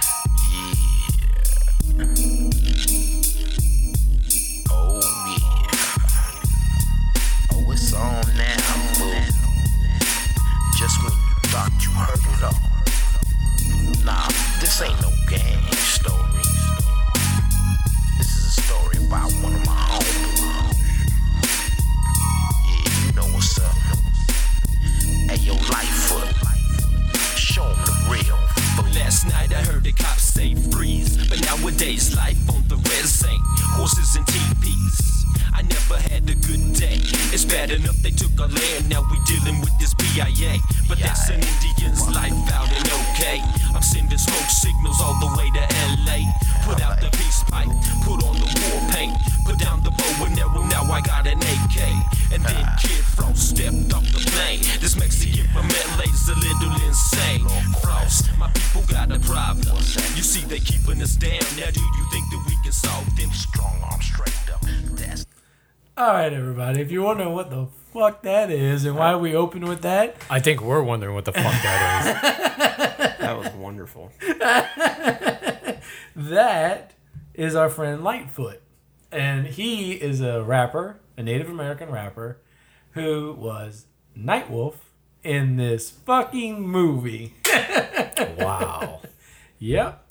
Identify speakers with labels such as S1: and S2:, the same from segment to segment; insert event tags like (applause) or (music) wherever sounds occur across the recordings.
S1: Oh, This ain't no gang story. This is a story about one of my homies. Yeah, you know what's up. Hey, yo, Lightfoot. Show 'em the real.
S2: But last night I heard the cops say freeze. But nowadays life on the res ain't horses and TVs. I never had a good day. It's bad enough they took our land. Now we dealing with this BIA. But that's an Indian's life out in okay. I'm sending smoke signals all the way to LA. Put out the peace pipe, put on the war paint, put down the bow and arrow. Now I got an AK. And then Kid Frost stepped off the plane. This Mexican from LA's a little insane. Frost, my people got a problem. You see, they keeping us down. Now, do you think that we can solve them?
S1: Strong arm straight up. That's
S3: All right, everybody. If you're wondering what the fuck that is and why we open with that,
S4: I think we're wondering what the
S3: (laughs)
S4: fuck that is.
S5: That was wonderful.
S3: that is our friend Lightfoot. And he is a rapper, a Native American rapper, who was Nightwolf in this fucking movie. (laughs)
S4: Wow.
S3: Yep,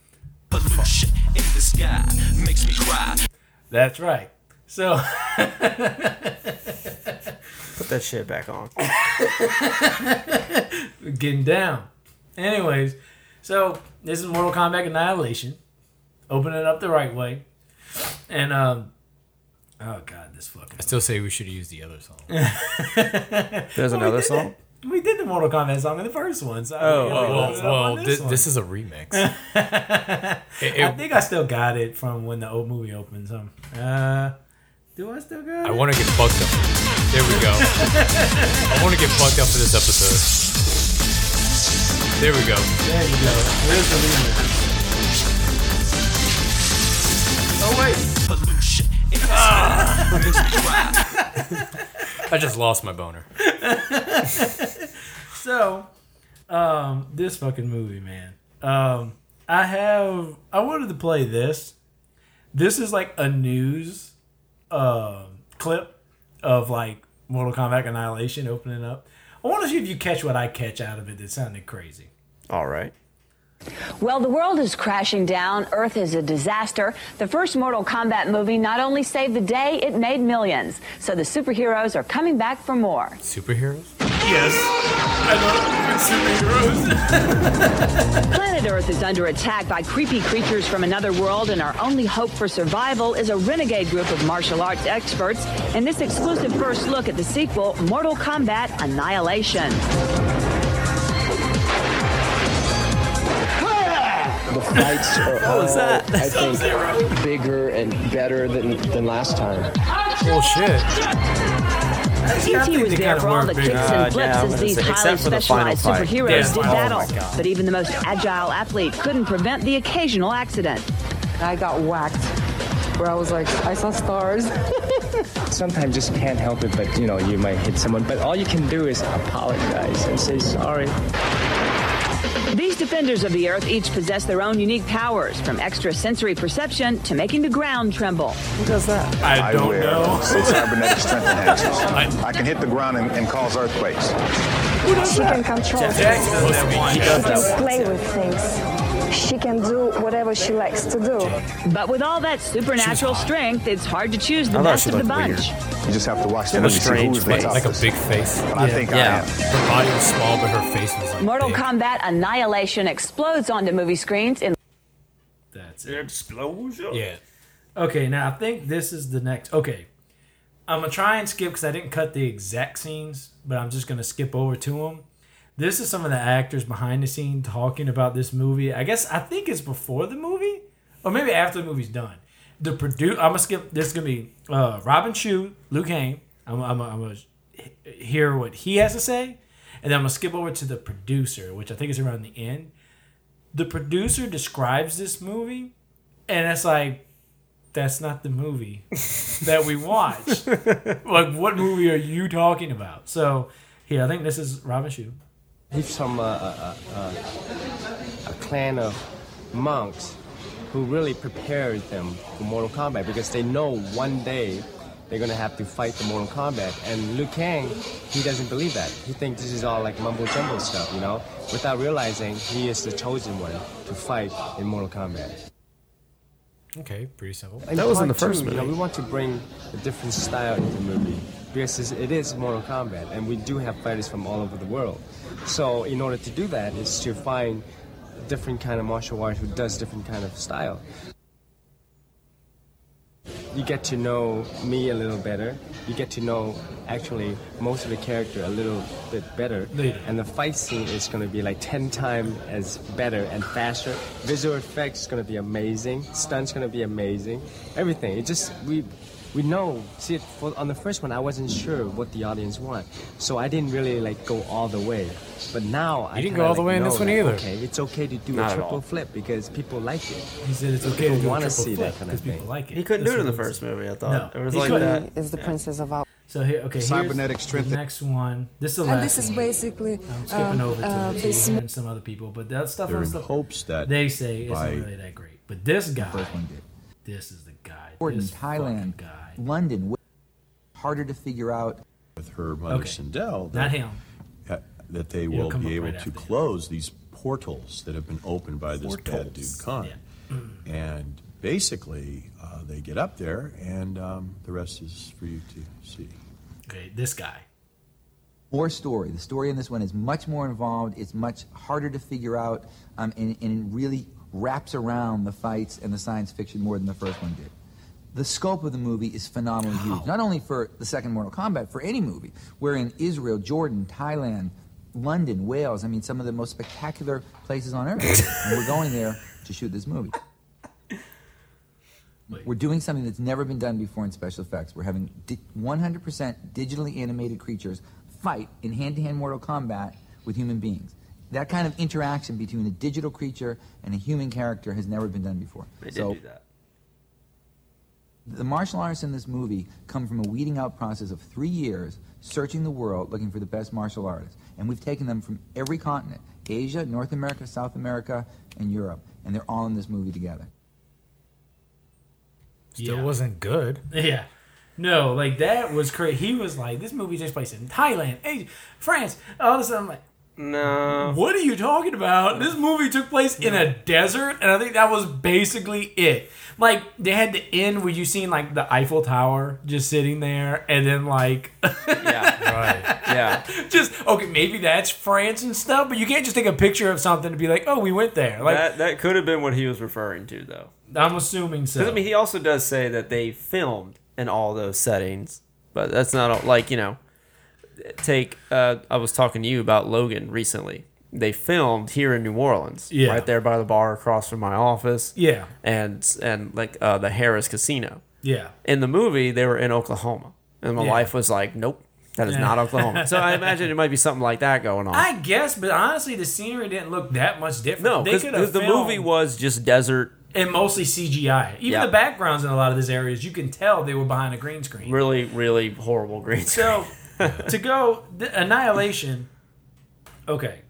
S2: Pollution in the sky makes me cry.
S3: that's right. So,
S5: Put that shit back on.
S3: (laughs) getting down. Anyways, so this is Mortal Kombat Annihilation. Open it up the right way. And, um, oh god, this fucking.
S4: Still say we should have used the other song.
S5: There's
S3: We
S5: another
S3: did
S5: song.
S3: that. We did the Mortal Kombat song in the first one. So
S5: Oh,
S3: yeah, we
S5: oh, oh,
S3: loaded
S4: Well,
S3: it up
S4: well
S3: on
S4: this,
S3: one.
S4: this is
S3: (laughs)
S4: a remix. It- it-
S3: I think I still got it from when the old movie opened. So, uh, do I still got it?
S4: I want to get fucked up. There we go. I want to get fucked up for this episode. There we go.
S3: There you go. There's the remix. Oh wait,
S2: Pollution in the sky makes me cry.
S4: I just lost my boner.
S3: so, um, this fucking movie, man. Um, I have I wanted to play this. This is like a news, um, clip of like Mortal Kombat Annihilation opening up. I want to see if you catch what I catch out of it. That sounded crazy.
S5: All right.
S6: Well, the world is crashing down. Earth is a disaster. The first Mortal Kombat movie not only saved the day, it made millions. So the superheroes are coming back for more.
S4: Superheroes?
S3: Yes, I love superheroes.
S6: Planet Earth is under attack by creepy creatures from another world, and our only hope for survival is a renegade group of martial arts experts in this exclusive first look at the sequel, Mortal Kombat Annihilation.
S7: The fights are all, I think, bigger and better than, than last time.
S4: Bullshit.
S3: I
S6: E.T.
S3: think
S6: was
S3: they
S6: there
S3: kinda
S6: for all the
S3: work
S6: kicks
S3: big-
S5: Uh,
S6: and flips
S5: yeah, I was
S6: as
S5: gonna
S6: these
S5: say,
S6: highly
S5: except for the final
S6: specialized
S5: fight.
S6: superheroes
S3: Yeah.
S6: did
S3: Oh my
S6: battle.
S5: God.
S6: but even the most agile athlete couldn't prevent the occasional accident.
S8: I got whacked. Where I was like, I saw stars.
S7: Sometimes just can't help it, but you know, you might hit someone. But all you can do is apologize and say sorry.
S6: These defenders of the Earth each possess their own unique powers, from extrasensory perception to making the ground tremble.
S3: I don't
S9: wear
S3: know.
S9: Six cybernetic strength enhancers.
S4: I-
S9: I, can hit the ground and, and cause earthquakes.
S10: She can control
S5: Jack
S10: things,
S5: does that one. He does that one.
S10: play with things. She can do whatever she likes to do.
S6: But with all that supernatural strength, it's hard to choose the
S5: I thought
S6: best
S5: she
S6: of the
S5: looked weird.
S6: bunch.
S9: You just have to watch them
S5: a
S9: and see
S5: strange
S9: who's the
S5: face.
S9: toughest.
S4: Like a big face.
S9: But
S4: Her
S9: I think
S5: Yeah.
S9: I am.
S4: body was small, but her face was like.
S6: Mortal
S4: big.
S6: Kombat Annihilation explodes onto movie screens in
S3: That's it.
S5: Explosion.
S4: Yeah.
S3: Okay, now I think this is the next. Okay, I'm gonna try and skip because I didn't cut the exact scenes, but I'm just gonna skip over to them. This is some of the actors behind the scene talking about this movie. I guess I think it's before the movie, or maybe after the movie's done. The produce. I'm gonna skip. This is gonna be uh, Robin Chu, Luke Hain. I'm, I'm, I'm gonna h- hear what he has to say, and then I'm gonna skip over to the producer, which I think is around the end. The producer describes this movie, and it's like that's not the movie that
S2: (laughs)
S3: we watched. like, what movie are you talking about? So, here, I think this is Robin Shu.
S7: He's from a, a, a, a clan of monks who really prepared them for Mortal Kombat because they know one day they're going to have to fight the Mortal Kombat. And Liu Kang, he doesn't believe that. He thinks this is all like mumbo jumbo stuff, you know, without realizing he is the chosen one to fight in Mortal Kombat.
S3: Okay, pretty simple.
S7: And part two, you know, we want to bring a different style into the movie because it's- it is Mortal Kombat, and we do have fighters from all over the world. So in order to do that, is to find a different kind of martial arts who does different kind of style. You get to know me a little better. You get to know actually most of the character a little bit better.
S3: Later.
S7: And the fight scene is going to be like 10 times as better and faster. Visual effects is going to be amazing. Stunts going to be amazing. Everything. It just we we know. See, for, on the first one, I wasn't sure what the audience want, so I didn't really like go all the way. But now I
S3: You didn't
S7: kinda,
S3: go all the
S7: like,
S3: way in
S7: know,
S3: this one
S7: like,
S3: either.
S7: Okay, it's okay to do
S2: Not
S7: a
S2: at
S7: triple
S2: all.
S7: flip because people like it.
S3: He said it's okay
S7: People
S3: to do a
S7: wanna
S3: triple
S7: see that
S3: flip
S7: kind of
S3: because people
S7: thing.
S3: like it.
S2: He couldn't
S3: This
S2: do it in the
S3: one was-
S2: first movie. I thought
S3: No,
S2: it was
S3: he
S2: like
S3: couldn't.
S2: that.
S10: Is the princess of our.
S3: So here, okay, here's
S11: Cybernetic strength-
S3: The next one. This is the last.
S10: And this is
S3: one.
S10: basically.
S3: I'm skipping
S10: um,
S3: over to
S10: uh,
S3: the
S10: this
S3: team and some other people, but that stuff
S5: They're
S3: on
S5: in
S3: stuff
S5: hopes that
S3: they say isn't
S5: by-
S3: really that great. But this guy,
S5: first one did.
S3: this is the guy.
S5: Jordan,
S3: this
S5: Thailand,
S3: fucking guy.
S5: London, wh- harder to figure out with her mother
S3: Okay.
S5: Sindel
S3: Not
S5: that,
S3: him.
S5: uh, that they
S3: It'll
S5: will
S3: come up
S5: be able
S3: right
S5: to
S3: after you.
S5: close these portals that have been opened by this bad dude Khan. And basically, uh, they get up there, and um, the rest is for you to see.
S3: Okay, this guy. (laughs)
S5: More story. The story in this one is much more involved. It's much harder to figure out, um, and, and it really wraps around the fights and the science fiction more than the first one did. The scope of the movie is phenomenally huge, not only for the second Mortal Kombat, for any movie. We're in Israel, Jordan, Thailand, London, Wales. I mean, some of the most spectacular places on earth. and we're going there to shoot this movie. We're doing something that's never been done before in special effects. We're having di- 100% digitally animated creatures fight in hand to hand Mortal Kombat with human beings. That kind of interaction between a digital creature and a human character has never been done before.
S2: They did
S5: so
S2: do that.
S5: the martial artists in this movie come from a weeding out process of three years searching the world looking for the best martial artists. And we've taken them from every continent Asia, North America, South America, and Europe. And they're all in this movie together.
S3: Still
S4: wasn't good.
S3: Yeah. No, like that was crazy. He was like, this movie takes place in Thailand, Asia, France. All of a sudden, I'm like,
S2: No.
S3: what are you talking about? This movie took place in a desert, and I think that was basically it. Like they had the end where you seen like the Eiffel Tower just sitting there, and then like (laughs)
S2: Yeah.
S4: Right.
S2: Yeah.
S3: just okay, maybe that's France and stuff, but you can't just take a picture of something and be like, oh, we went there. Like
S2: that that could have been what he was referring to though.
S3: I'm assuming so.
S2: Because I mean, he also does say that they filmed in all those settings, but that's not all, like you know. Take uh, I was talking to you about Logan recently. They filmed here in New Orleans,
S3: Yeah.
S2: right there by the bar across from my office.
S3: Yeah.
S2: and and like uh, the Harris Casino.
S3: yeah,
S2: In the movie, they were in Oklahoma, and my
S3: Yeah.
S2: wife was like, "Nope, that is
S3: Yeah.
S2: not Oklahoma." So I imagine it might be something like that going on.
S3: I guess, but honestly, the scenery didn't look that much different.
S2: no,
S3: They
S2: because
S3: could have
S2: the movie
S3: filmed-
S2: was just desert,
S3: and mostly CGI. Even
S2: Yeah.
S3: the backgrounds in a lot of these areas, you can tell they were behind a green screen.
S2: really, really horrible green screen.
S3: So to go the Annihilation. Okay.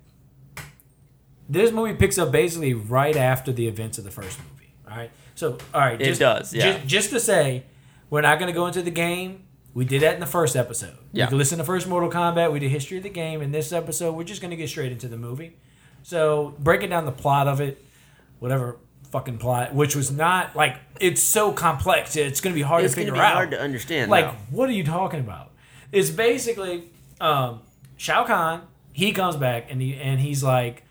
S3: This movie picks up basically right after the events of the first movie. All right. So all right.
S2: It
S3: Just,
S2: does, yeah.
S3: ju- Just, to say, we're not going to go into the game. We did that in the first episode.
S2: Yeah.
S3: You can listen to first Mortal Kombat. We did history of the game. In this episode, we're just going to get straight into the movie. So breaking down the plot of it, whatever fucking plot, which was not like it's so complex. It's going to be hard
S2: It's
S3: to
S2: gonna
S3: figure
S2: be
S3: out.
S2: hard to understand,
S3: Like
S2: though.
S3: what are you talking about? It's basically um, Shao Kahn. He comes back and he and he's like,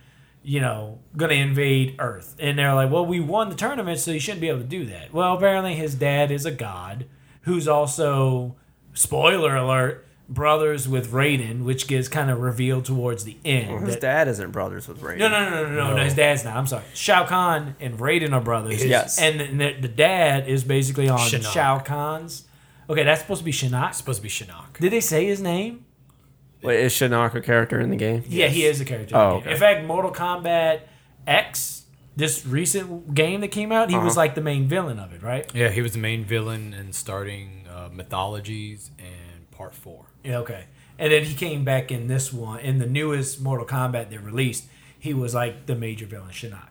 S3: you know, gonna invade Earth. And they're like, well, we won the tournament, so you shouldn't be able to do that. Well, apparently his dad is a god who's also, spoiler alert, brothers with Raiden, which gets kind of revealed towards the end.
S2: His
S3: that-
S2: dad isn't brothers with Raiden.
S3: no, no, no, no, no, no. His dad's not. I'm sorry. Shao Kahn and Raiden are brothers.
S2: Yes.
S3: And the, the dad is basically on
S4: Shinnok.
S3: Shao Kahn's. Okay, that's supposed to be Shinnok.
S4: Supposed to be Shinnok.
S3: Did they say his name?
S2: Wait, is Shinnok a character in the game?
S3: Yeah, he is a character.
S2: Oh, okay.
S3: In fact, Mortal Kombat X, this recent game that came out, he was
S2: Uh-huh.
S3: like the main villain of it, right?
S4: Yeah, he was the main villain in starting uh, mythologies and part four.
S3: Yeah, okay. And then he came back in this one, in the newest Mortal Kombat they released. He was like the major villain, Shinnok.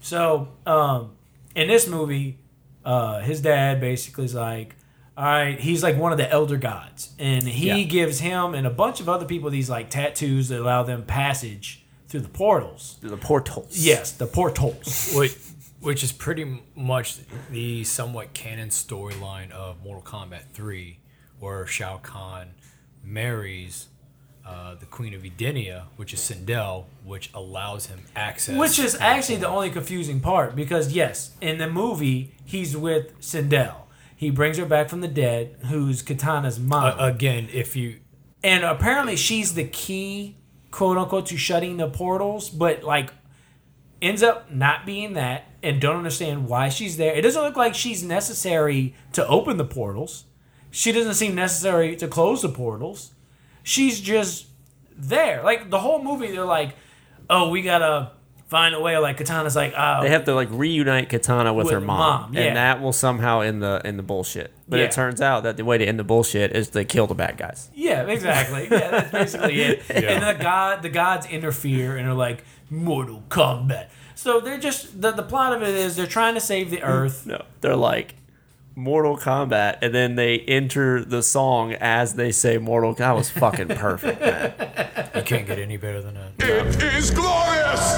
S3: So um, in this movie, uh, his dad basically is like, All right, he's like one of the elder gods, and he gives him and a bunch of other people these like tattoos that allow them passage through the portals.
S5: The portals.
S3: Yes, the
S5: (laughs)
S3: portals.
S4: Which, which is pretty m- much the somewhat canon storyline of Mortal Kombat 3, where Shao Kahn marries uh, the Queen of Edenia, which is Sindel, which allows him access.
S3: Which is actually the only confusing part because yes, in the movie he's with Sindel. He brings her back from the dead, who's Katana's mom.
S4: Uh, again, if you
S3: and apparently she's the key, quote unquote, to shutting the portals, but like ends up not being that and don't understand why she's there. It doesn't look like she's necessary to open the portals. She doesn't seem necessary to close the portals. She's just there. Like the whole movie, they're like, oh, we gotta find a way. Like Katana's like, oh,
S5: They have to like reunite Katana with,
S3: With
S5: her mom,
S3: mom, yeah.
S5: and that will somehow end the end the bullshit. But
S3: Yeah.
S5: it turns out that the way to end the bullshit is to kill the bad guys.
S3: Yeah, exactly. Yeah, that's basically it. And the god, the gods interfere and are like Mortal Kombat. So they're just the, the plot of it is they're trying to save the Earth.
S5: No, they're like Mortal Kombat, and then they enter the song as they say Mortal. That was fucking perfect. man.
S4: you can't get any better than that.
S1: It's glorious!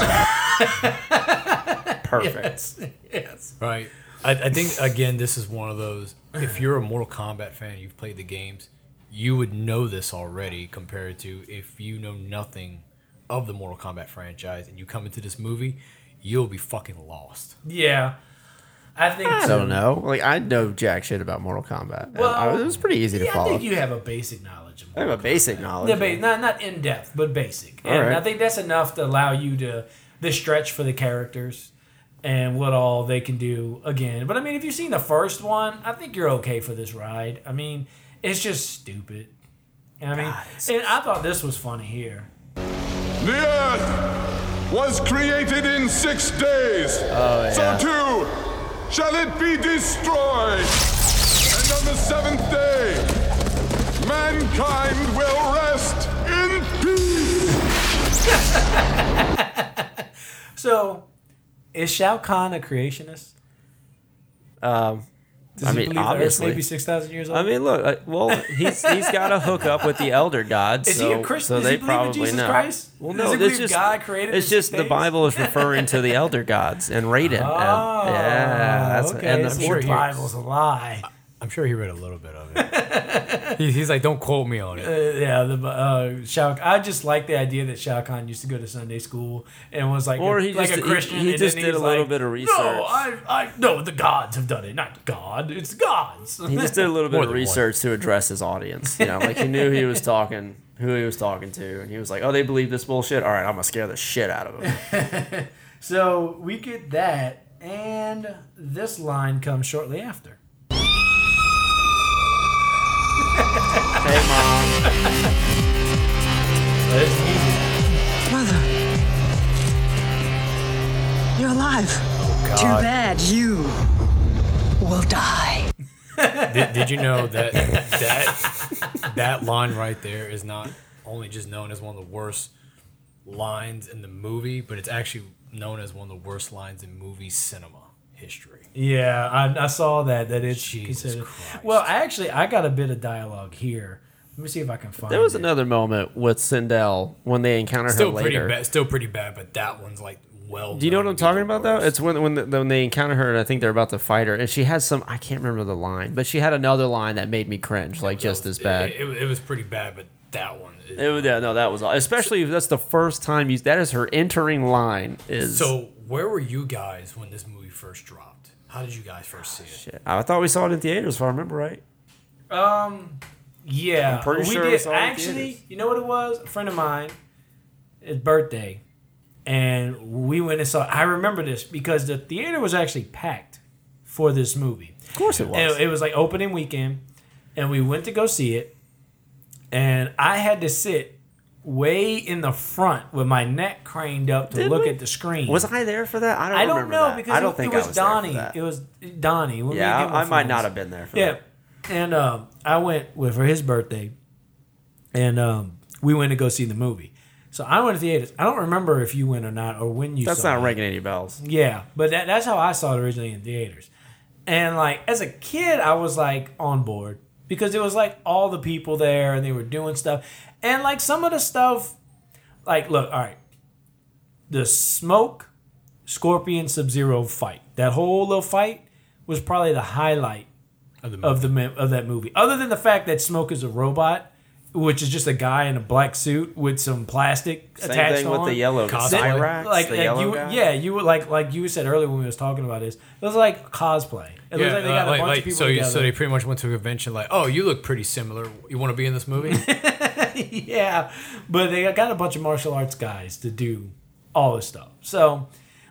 S5: Perfect.
S3: (laughs) yes.
S4: Right. I, I think again, this is one of those. If you're a Mortal Kombat fan, you've played the games, you would know this already. Compared to if you know nothing of the Mortal Kombat franchise and you come into this movie, you'll be fucking lost.
S3: Yeah, I think
S5: I don't know. Like I know jack shit about Mortal Kombat.
S3: Well,
S5: Well, it was pretty easy to
S3: Yeah, I
S5: follow.
S3: think you have a basic knowledge. Of
S5: I have a basic knowledge.
S3: Yeah, ba- not not in depth, but basic. And
S5: Alright.
S3: I think that's enough to allow you to the stretch for the characters and what all they can do again. But I mean, if you've seen the first one, I think you're okay for this ride. I mean, it's just stupid. And I mean, and I thought this was funny here.
S1: The earth was created in six days.
S5: Oh,
S1: So too shall it be destroyed. And on the seventh day, mankind will rest in peace.
S3: So, is Shao Kahn a creationist?
S5: Um,
S3: Does
S5: I
S3: he
S5: mean,
S3: believe the Earth's
S5: obviously.
S3: maybe six thousand years old.
S5: I mean, look. Like, well, he's he's got to hook up with the elder gods.
S3: Is
S5: so,
S3: he a Christian?
S5: So
S3: Does
S5: they
S3: he believe in
S5: probably
S3: Jesus
S5: know.
S3: Christ?
S5: Well,
S3: Does
S5: no.
S3: he
S5: It's
S3: believe
S5: just
S3: God created
S5: It's
S3: the
S5: just
S3: six
S5: the
S3: days?
S5: Bible is referring to the elder gods and Raiden.
S3: Oh,
S5: and, yeah, that's
S3: okay.
S5: and the
S3: so
S5: four-
S3: the
S4: here-
S3: Bible's a lie.
S4: I'm sure he read a little bit of it. he, he's like, don't quote me on it.
S3: Uh, yeah, the uh, Shao. I just like the idea that Shao Kahn used to go to Sunday school and was like,
S5: Or
S3: a,
S5: he
S3: like
S5: just-
S3: a Christian.
S5: he- he
S3: and
S5: just
S3: then
S5: did
S3: he's
S5: a little
S3: like,
S5: bit of
S3: No,
S5: research."
S3: I, I, no, the gods have done it, not God. It's gods.
S5: he just did
S3: (laughs)
S5: a little bit
S4: More
S5: of
S4: than one.
S5: research to address his audience. You know, like he knew he was talking, who he was talking to, and he was like, "Oh, they believe this bullshit. All right, I'm gonna scare the shit out of them."
S3: so we get that, and this line comes shortly after.
S5: hey, mom.
S8: Mother, you're alive.
S6: Too bad you will die.
S4: did, did you know that that that line right there is not only just known as one of the worst lines in the movie, but it's actually known as one of the worst lines in movie cinema history.
S3: Yeah, I, I saw that. That it's
S4: Jesus
S3: considered.
S4: Christ.
S3: Well, actually, I got a bit of dialogue here. Let me see if I can find.
S5: There was
S3: it.
S5: another moment with Sindel when they encounter
S4: Still
S5: her
S4: pretty
S5: later.
S4: bad. Still pretty bad, but that one's like well.
S5: Do you know
S4: known
S5: what
S4: to
S5: I'm
S4: be the
S5: talking about though?
S4: worst.
S5: It's when when, the, when they encounter her and I think they're about to fight her, and she has some I can't remember the line, but she had another line that made me cringe, like just as bad.
S4: It, it- it was pretty bad, but that one. Is,
S5: It was- Oh, yeah, no, that was all. Especially if that's the first time you. That is her entering line. Is
S4: so where were you guys when this movie first dropped? How did you guys first see it?
S5: I thought we saw it in theaters, if I remember right.
S3: Yeah,
S5: I'm pretty
S3: we
S5: sure it
S3: did.
S5: was all in
S3: Actually,
S5: theaters.
S3: you know what it was? A friend of mine, his birthday, and we went and saw. I remember this because the theater was actually packed for this movie.
S5: Of course it was.
S3: And it was like opening weekend, and we went to go see it, and I had to sit way in the front with my neck craned up to
S5: Did
S3: look
S5: we?
S3: at the screen.
S5: was I there for that? I don't.
S3: I don't
S5: remember
S3: know
S5: that.
S3: because
S5: I don't
S3: it,
S5: think
S3: it was
S5: I was there for
S3: Donnie.
S5: that.
S3: It was Donnie. when we
S5: yeah,
S3: again were
S5: I, I might
S3: friends.
S5: not have been there. for
S3: Yeah.
S5: that.
S3: And um, I went with for his birthday, and um, we went to go see the movie. So I went to theaters. I don't remember if you went or not, or when you.
S5: That's
S3: saw
S5: not
S3: it.
S5: ringing any bells.
S3: Yeah, but that, that's how I saw it originally in theaters. And like as a kid, I was like on board because it was like all the people there and they were doing stuff. And like some of the stuff, like, look, all right, the smoke, Scorpion Sub Zero fight, that whole little fight was probably the highlight
S4: Of the
S3: of the mem- of that movie. Other than the fact that Smoke is a robot, which is just a guy in a black suit with some plastic
S5: Same
S3: attached
S5: thing with
S3: on.
S5: the yellow
S3: That-
S5: Cyrax,
S3: like,
S5: the
S3: like
S5: yellow
S3: you,
S5: guy.
S3: yeah, you were like like you said earlier when we was talking about this. It was like cosplay. It was like they
S4: uh,
S3: got a
S4: like-
S3: bunch
S4: like,
S3: of people
S4: so, you,
S3: together.
S4: so they pretty much went to a convention like, oh, you look pretty similar. You want to be in this movie?
S3: (laughs) yeah, but they got a bunch of martial arts guys to do all this stuff. So,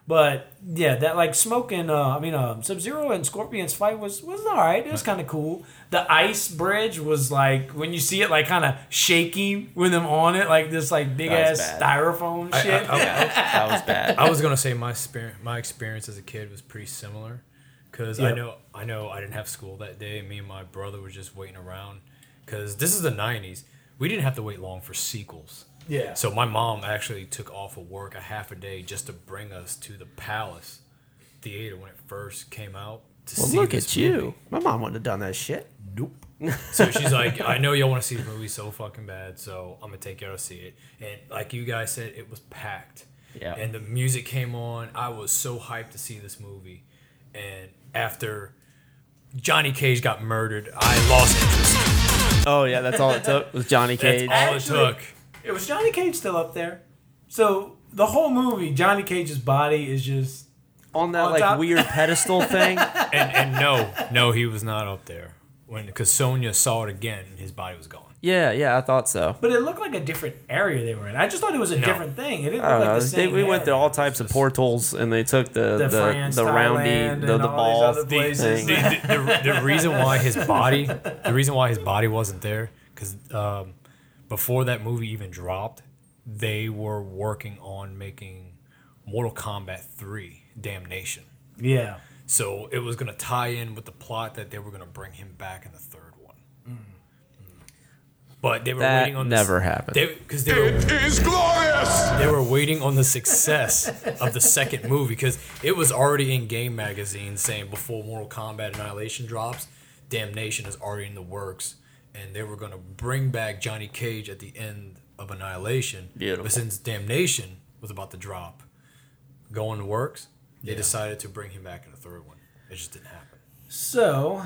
S3: but yeah, that like Smoke and uh, I mean um, Sub Zero and Scorpion's fight was was all right. It was kind of cool. The ice bridge was like when you see it like kind of shaking with them on it, like this like big
S5: That
S3: ass
S5: was bad.
S3: styrofoam
S4: I- I-
S3: shit.
S4: I-
S5: that was bad.
S4: I was gonna say my experience, my experience as a kid was pretty similar, because I
S3: Yep.
S4: know I know I didn't have school that day. and Me and my brother were just waiting around, because this is the '90s. We didn't have to wait long for sequels.
S3: Yeah.
S4: So my mom actually took off of work a half a day just to bring us to the Palace Theater when it first came out. To
S5: Well,
S4: see
S5: look
S4: this
S5: at you.
S4: movie.
S5: My mom wouldn't have done that shit.
S4: Nope. so she's like, I know y'all want to see this movie so fucking bad, so I'm gonna take y'all to see it. And like you guys said, it was packed.
S5: Yeah.
S4: And the music came on. I was so hyped to see this movie. And after Johnny Cage got murdered, I lost interest.
S5: Oh yeah, that's all it took was Johnny
S4: That's
S5: Cage.
S4: all
S3: Actually-
S4: it took.
S3: It was Johnny Cage still up there. So the whole movie, Johnny Cage's body is just
S5: on that
S3: on
S5: like
S3: top.
S5: weird
S3: (laughs)
S5: pedestal thing.
S4: And, and no, no, he was not up there. When because Sonya saw it again, and his body was gone.
S5: Yeah, yeah, I thought so.
S3: But it looked like a different area they were in. I just thought it was a different thing. It didn't
S5: I
S3: look
S5: don't
S3: like
S5: know.
S3: the
S5: They,
S3: same.
S5: we went through
S3: area.
S5: all types of portals, and they took the the,
S3: The France,
S5: the
S3: Thailand,
S5: roundy, the,
S3: and
S5: the
S3: all these
S5: ball
S3: other
S5: thing.
S3: places.
S4: (laughs) the, the, the, the reason why his body the reason why his body wasn't there because um, before that movie even dropped they were working on making mortal kombat 3 damnation
S3: Yeah.
S4: so it was going to tie in with the plot that they were going to bring him back in the third one but they were
S5: That
S4: waiting on
S5: never happened.
S4: because they were
S1: It is glorious!
S4: they were waiting on the success of the second movie because it was already in Game Magazine saying before Mortal Kombat Annihilation drops, Damnation is already in the works, and they were going to bring back Johnny Cage at the end of Annihilation.
S5: Beautiful.
S4: But since Damnation was about to drop, going to works, they decided to bring him back in the third one. It just didn't happen.
S3: So,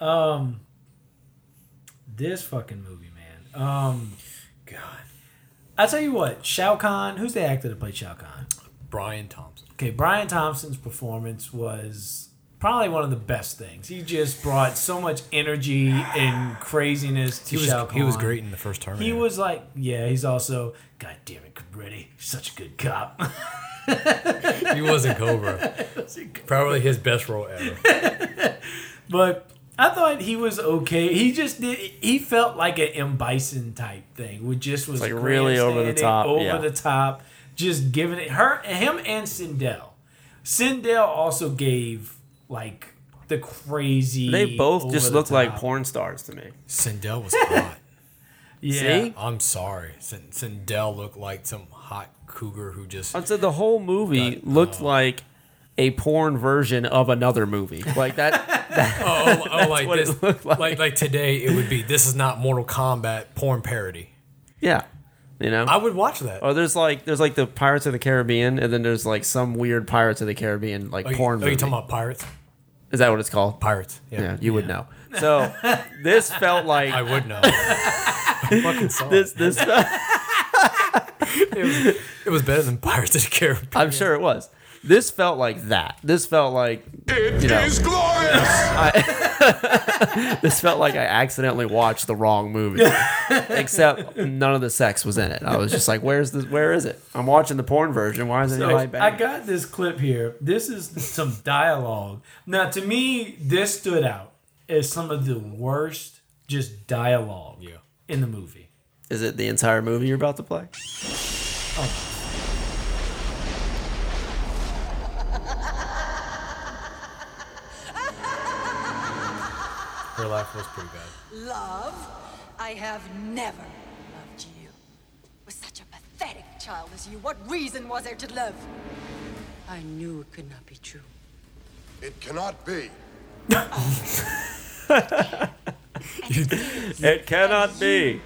S3: um, this fucking movie, man. Um,
S4: God.
S3: I tell you what, Shao Kahn. Who's the actor that played Shao Kahn?
S4: Brian Thompson.
S3: Okay, Brian Thompson's performance was probably one of the best things. He just brought so much energy and craziness to
S4: He was,
S3: Shao Kahn.
S4: he was great in the first Terminator.
S3: He was like, yeah, he's also, God damn it, Cabretti, such a good cop.
S4: he was in Cobra. Probably his best role ever.
S3: But I thought he was okay. He just did. He felt like an M Bison type thing, which just was
S5: Like really over the
S3: grandstanding,
S5: top,
S3: over
S5: yeah.
S3: the top, just giving it her, him, and Sindel. Sindel also gave like the crazy.
S5: They both just
S3: over the
S5: look like
S3: top.
S5: porn stars to me.
S4: Sindel was hot.
S3: Yeah.
S5: See?
S4: I'm sorry. Sin- Sindel looked like some hot cougar who
S5: (laughs)
S4: just.
S5: I said the whole movie looked
S3: Oh.
S5: like a porn version of another movie.
S3: (laughs)
S5: Like that.
S4: Oh, oh, like
S5: what it
S4: this.
S5: looked like.
S4: like. like today, it would be this is not Mortal Kombat porn parody.
S5: yeah, you know.
S4: I would watch that.
S5: or there's like there's like the Pirates of the Caribbean, and then there's like some weird Pirates of the Caribbean like
S4: are, you,
S5: porn.
S4: are
S5: movie.
S4: you talking about pirates?
S5: Is that what it's called?
S4: Pirates. Yeah.
S5: Yeah, you would know. So this
S3: (laughs)
S5: felt like
S4: I would
S5: (laughs)
S4: know. I fucking saw
S5: this.
S4: it.
S5: This
S4: (laughs) It was better than Pirates of the Caribbean.
S5: I'm sure it was. This felt like that. This felt like
S1: It is
S5: You know. (laughs)
S1: glorious!
S5: this felt like I accidentally watched the
S3: (laughs)
S5: wrong movie. Except none of the sex was in it. I was just like, "Where's this? Where is it? I'm watching the porn version. Why is it
S3: So,
S5: like
S3: I
S5: bad?"
S3: got this clip here. This is some (laughs) dialogue. Now, to me, this stood out as some of the worst just dialogue
S4: Yeah.
S3: in the movie.
S5: Is it the entire movie you're about to play?
S4: Her laugh was pretty bad.
S12: Love? I have never loved you. Was such a pathetic child as you. What reason was there to love? I knew it could not be true. (laughs)
S1: It cannot be.
S5: it cannot be.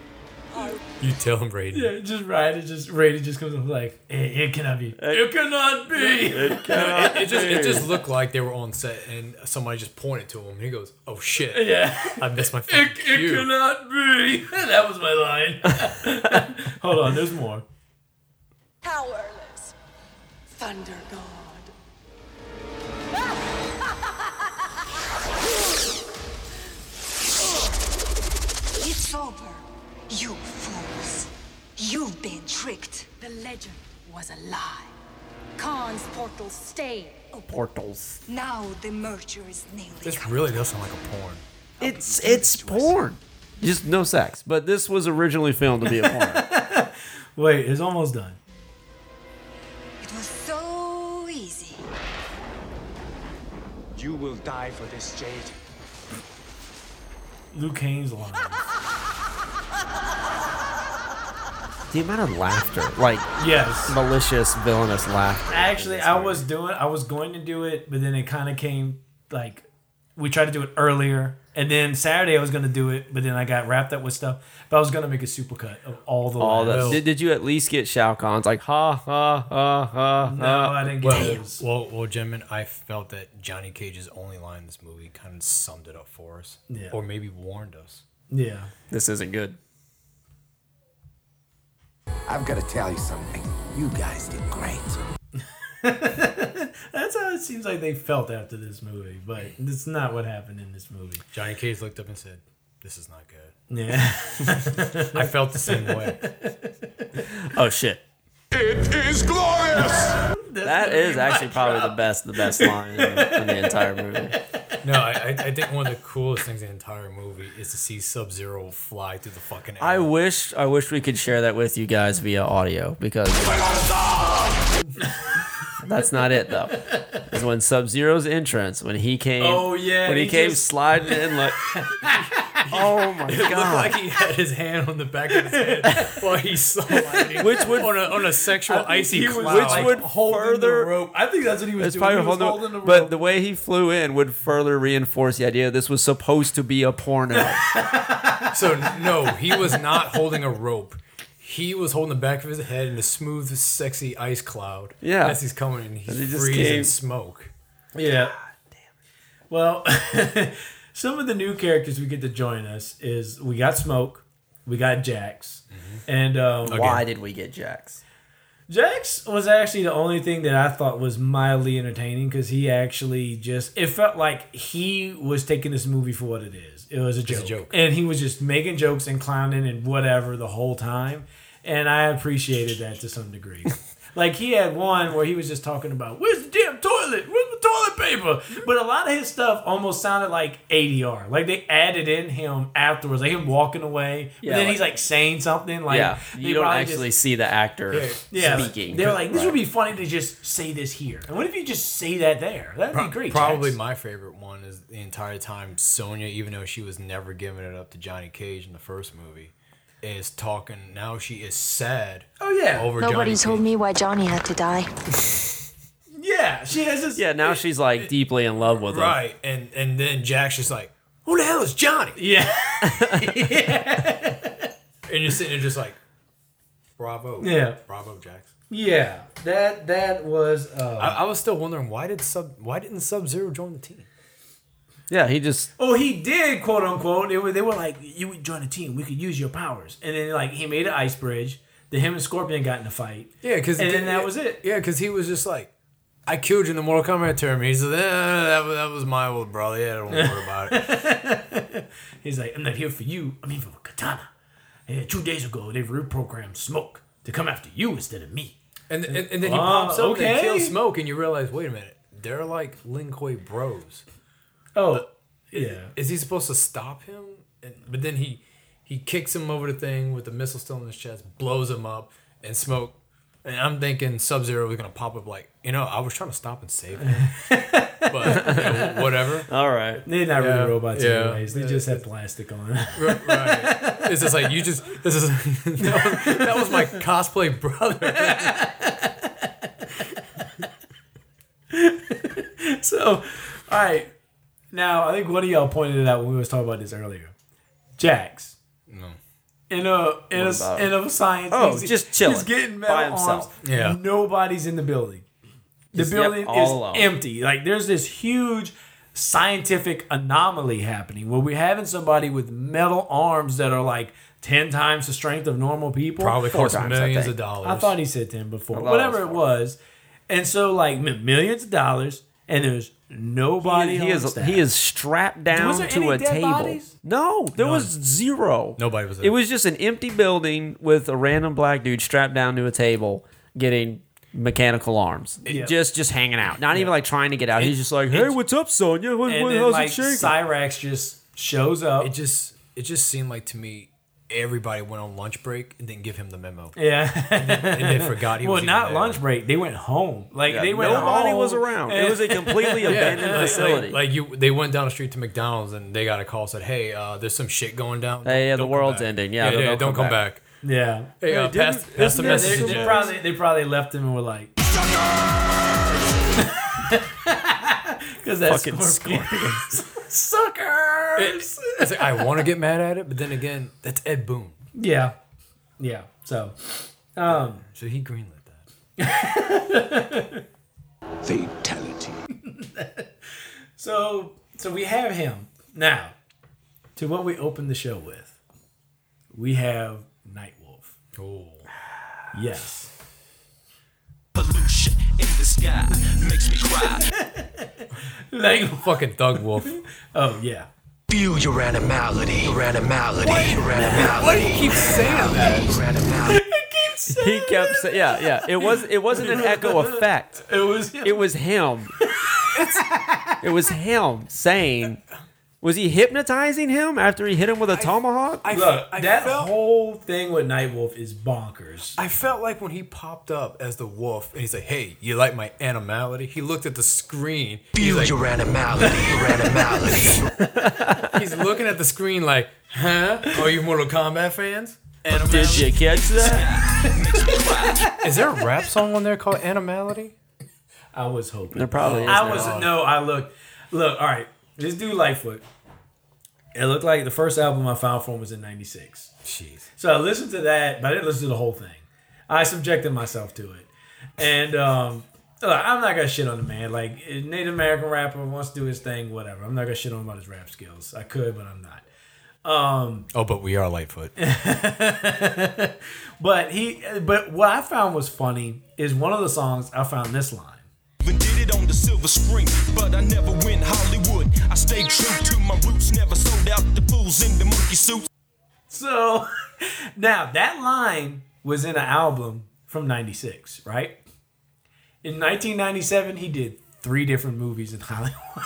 S4: You tell him, Brady.
S3: Yeah, just Ryder just Brady just comes up like it, it cannot be. It cannot be.
S4: It, it just it just looked like they were on set and somebody just pointed to him. And he goes, "Oh shit!
S3: Yeah.
S4: I missed my fucking
S3: It, it
S4: cue."
S3: cannot be. (laughs) That was my line. Hold on, there's more.
S12: Powerless. Thunder God. It's over. You fools. You've been tricked. The legend was a lie. Khan's portals stay open.
S5: Portals.
S12: Now the merger is nearly.
S4: This really does sound like a porn.
S5: It's it's porn. Just no sex. But this was originally filmed to be a porn.
S3: Wait, it's almost done.
S12: It was so easy.
S7: You will die for this, Jade.
S3: Luke Kane's line.
S5: the amount of laughter, like
S3: Yes.
S5: malicious, villainous laughter.
S3: Actually, I was doing I was going to do it, but then it kind of came like we tried to do it earlier. And then Saturday I was going to do it, but then I got wrapped up with stuff. But I was going to make a supercut of all the
S5: All
S3: lines.
S5: that. Did, did you at least get Shao Kahn's like ha ha ha ha?
S3: No,
S5: ha.
S3: I didn't get
S4: Well,
S3: those.
S4: well, well, gentlemen, I felt that Johnny Cage's only line in this movie kind of summed it up for us,
S3: Yeah.
S4: or maybe warned us.
S3: Yeah.
S5: This isn't good.
S13: I've got to tell you something. You guys did great.
S3: That's how it seems like they felt after this movie, but it's not what happened in this movie.
S4: Johnny Cage looked up and said, "This is not good."
S3: Yeah.
S4: (laughs) I felt the same way.
S5: Oh shit.
S1: It is glorious!
S5: That is actually probably the best, the best line in, in the entire movie.
S4: No, I, I I think one of the coolest things in the entire movie is to see Sub Zero fly through the fucking air.
S5: I wish, I wish we could share that with you guys via audio because (laughs) that's not it though. Is when Sub Zero's entrance when he came.
S3: Oh, yeah,
S5: when he,
S3: he
S5: came
S3: just-
S5: sliding
S3: (laughs)
S5: in like. oh my
S4: It looked
S5: god!
S4: like he had his hand on the back of his head while he's sliding
S5: Which would-
S4: on a on a sexual icy
S3: he was,
S4: cloud.
S5: Which would
S3: holding the
S5: further-
S3: rope. I think that's what he was
S5: It's
S3: doing. He
S5: probably
S3: was
S5: holding,
S3: holding the rope.
S5: but the way he flew in would further reinforce the idea this was supposed to be a porno.
S4: So no, he was not holding a rope. He was holding the back of his head in a smooth, sexy ice cloud.
S5: Yeah.
S4: as he's coming, and he's
S5: he just
S4: freezing
S5: came-
S4: smoke.
S3: Yeah. Well, some of the new characters we get to join us is we got Smoke, we got Jax,
S5: Mm-hmm.
S3: and um,
S5: Why did we get Jax?
S3: Jax was actually the only thing that I thought was mildly entertaining because he actually just it felt like he was taking this movie for what it is. It was a joke.
S4: joke.
S3: and he was just making jokes and clowning and whatever the whole time, and I appreciated that to some
S5: (laughs)
S3: degree. like he had one where he was just talking about where's the damn toilet, where's the toilet paper, but a lot of his stuff almost sounded like ADR. Like they added in him afterwards, like him walking away,
S5: Yeah,
S3: but then
S5: like-
S3: he's like saying something like (laughs)
S5: yeah,
S3: they
S5: you don't
S3: probably just-
S5: actually see the actor
S3: yeah, like,
S5: speaking.
S3: They were like, this would be funny to just say this here. And what if you just say that there? That'd be great.
S4: Probably
S3: Jax.
S4: my favorite one is the entire time Sonya, even though she was never giving it up to Johnny Cage in the first movie, is talking. Now she is sad.
S3: Oh, yeah.
S4: over
S10: Nobody
S4: Johnny
S10: told
S4: Cage.
S10: me why Johnny had to die.
S3: Yeah, she has this.
S5: Yeah, now she's like deeply in love with him.
S4: Right, and and then Jack's just like, "Who the hell is Johnny?"
S3: Yeah.
S4: And you're sitting there just like, "Bravo,
S3: Yeah.
S4: bravo, Jax."
S3: Yeah. That that was. Uh,
S4: I, I was still wondering why did sub why didn't Sub Zero join the team?
S5: Yeah, he just
S3: oh, he did, quote unquote. They were, they were like, you would join a team. We could use your powers. And then, like, he made an ice bridge. Then him and Scorpion got in a fight.
S4: Yeah, because
S3: And then that was it.
S4: Yeah, because he was just like, I killed you in the Mortal Kombat tournament. He said, eh, that, was, that was my old brother. Yeah,
S3: (laughs)
S4: don't worry about it.
S3: He's like, I'm not here for you. I'm here for Katana. And two days ago, they reprogrammed Smoke to come after you instead of me.
S4: And, and, and then he
S3: Oh,
S4: pops up and
S3: okay.
S4: kills Smoke, and you realize, wait a minute, they're like Lin Kuei bros.
S3: Oh, yeah.
S4: Is he supposed to stop him? And, but then he he kicks him over the thing with the missile still in his chest, blows him up, and Smoke. And I'm thinking Sub Zero was gonna pop up like, you know, I was trying to stop and save him,
S3: (laughs)
S4: but you know, whatever.
S5: all right.
S3: They're not
S4: Yeah,
S3: really robots,
S4: yeah.
S3: anyways. They just had plastic on. (laughs)
S4: right. It's just like you just this is (laughs) that was, that was my cosplay brother.
S3: So, all right. Now, I think one of y'all pointed it out when we was talking about this earlier. Jax.
S4: No.
S3: In a in
S4: What
S3: a
S4: about
S3: in
S4: him?
S3: a science.
S5: Oh,
S3: he's-
S5: just chilling
S3: He's getting metal
S5: by himself.
S3: Arms.
S5: Yeah.
S3: Nobody's in the building. The
S5: He's- yep,
S3: building
S5: all
S3: is
S5: alone.
S3: empty. Like there's this huge scientific anomaly happening where we're having somebody with metal arms that are like ten times the strength of normal people.
S4: Probably
S3: Four
S4: cost
S3: times, I
S4: millions
S3: think.
S4: of dollars.
S3: I thought he said ten before.
S4: I thought it
S3: Whatever
S4: was
S3: it was. And so like m- millions of dollars and there's nobody.
S5: He,
S3: on
S5: is
S3: staff.
S5: he is strapped down
S3: Was there
S5: to
S3: any
S5: a
S3: dead
S5: table.
S3: bodies?
S5: No, there was zero.
S4: Nobody was there.
S5: It was just an empty building with a random black dude strapped down to a table getting mechanical arms.
S3: Yeah.
S5: Just just hanging out. Not even like trying to get out. He's just like, hey, what's up, Sonya? What,
S3: And
S5: what,
S3: then
S5: how's
S3: like
S5: it shaking?
S3: Cyrax just shows up.
S4: It just it just seemed like to me everybody went on lunch break and didn't give him the memo.
S5: (laughs)
S3: Yeah,
S4: and, then, and they forgot he
S3: well,
S4: was even
S3: not
S4: there.
S3: lunch break. They went home. Like
S4: Yeah,
S3: they went.
S5: nobody
S3: home.
S5: was around. It
S3: (laughs)
S5: was a completely
S4: Yeah,
S5: abandoned
S4: like- like-
S5: facility.
S4: Like, you, they went down the street to McDonald's and they got a call said, "Hey, uh, there's some shit going down.
S5: Hey, yeah, the
S4: come
S5: world's
S4: back."
S5: ending. Yeah,
S4: yeah,
S5: don't-
S4: yeah,
S5: don't
S4: don't
S5: come
S4: come back."
S3: Yeah.
S4: Hey, uh,
S3: didn't-
S4: pass- pass the
S3: they-
S4: message
S3: They,
S4: to
S3: they
S4: Jax.
S3: probably they probably left him and were like, (laughs) because that's
S4: Fucking
S3: (laughs) suckers.
S4: It's like, I want to get mad at it, but then again, that's Ed Boone.
S3: yeah, yeah. So, um,
S4: so he greenlit
S3: that. Fatality. so, so we have him now. To what we opened the show with, we have Nightwolf.
S4: Oh,
S3: yes.
S2: Pollution in the sky makes me cry.
S3: Like
S4: fucking thug wolf.
S3: (laughs) oh yeah.
S13: Feel your animality. Your animality. Your animality.
S4: Why do you keep saying that?
S13: Your animality.
S5: he kept saying, "Yeah, yeah." It was it wasn't an echo effect.
S3: It was
S5: it was him. it was him saying, "Was he hypnotizing him after he hit him with a tomahawk?"
S3: Look, that whole thing with Nightwolf is bonkers.
S4: I felt like when he popped up as the wolf and he's like, "Hey, you like my animality?" He looked at the screen. He's
S13: Feel
S4: like,
S13: your animality.
S2: (laughs)
S13: Your animality.
S4: he's looking at the screen like, "Huh? Are you Mortal Kombat fans?"
S5: Did you catch that?
S4: Is there a rap song on there called Animality?
S3: I was hoping.
S5: There probably is
S3: I
S5: now.
S3: was no. I look, look. All right, this dude Lightfoot. It looked like the first album I found for him was in '96.
S4: Jeez.
S3: So I listened to that, but I didn't listen to the whole thing. I subjected myself to it, and um, look, I'm not gonna shit on the man. Like Native American rapper wants to do his thing, whatever. I'm not gonna shit on him about his rap skills. I could, but I'm not. Um,
S4: Oh, but we are Lightfoot.
S3: but he, but what I found was funny is one of the songs I found this line.
S2: Even did it on the silver screen, but I never went Hollywood. I stayed true to my roots, never sold out the fools in the monkey suits.
S3: So (laughs) now that line was in an album from 96, right? In 1997, he did three different movies in (laughs) Hollywood.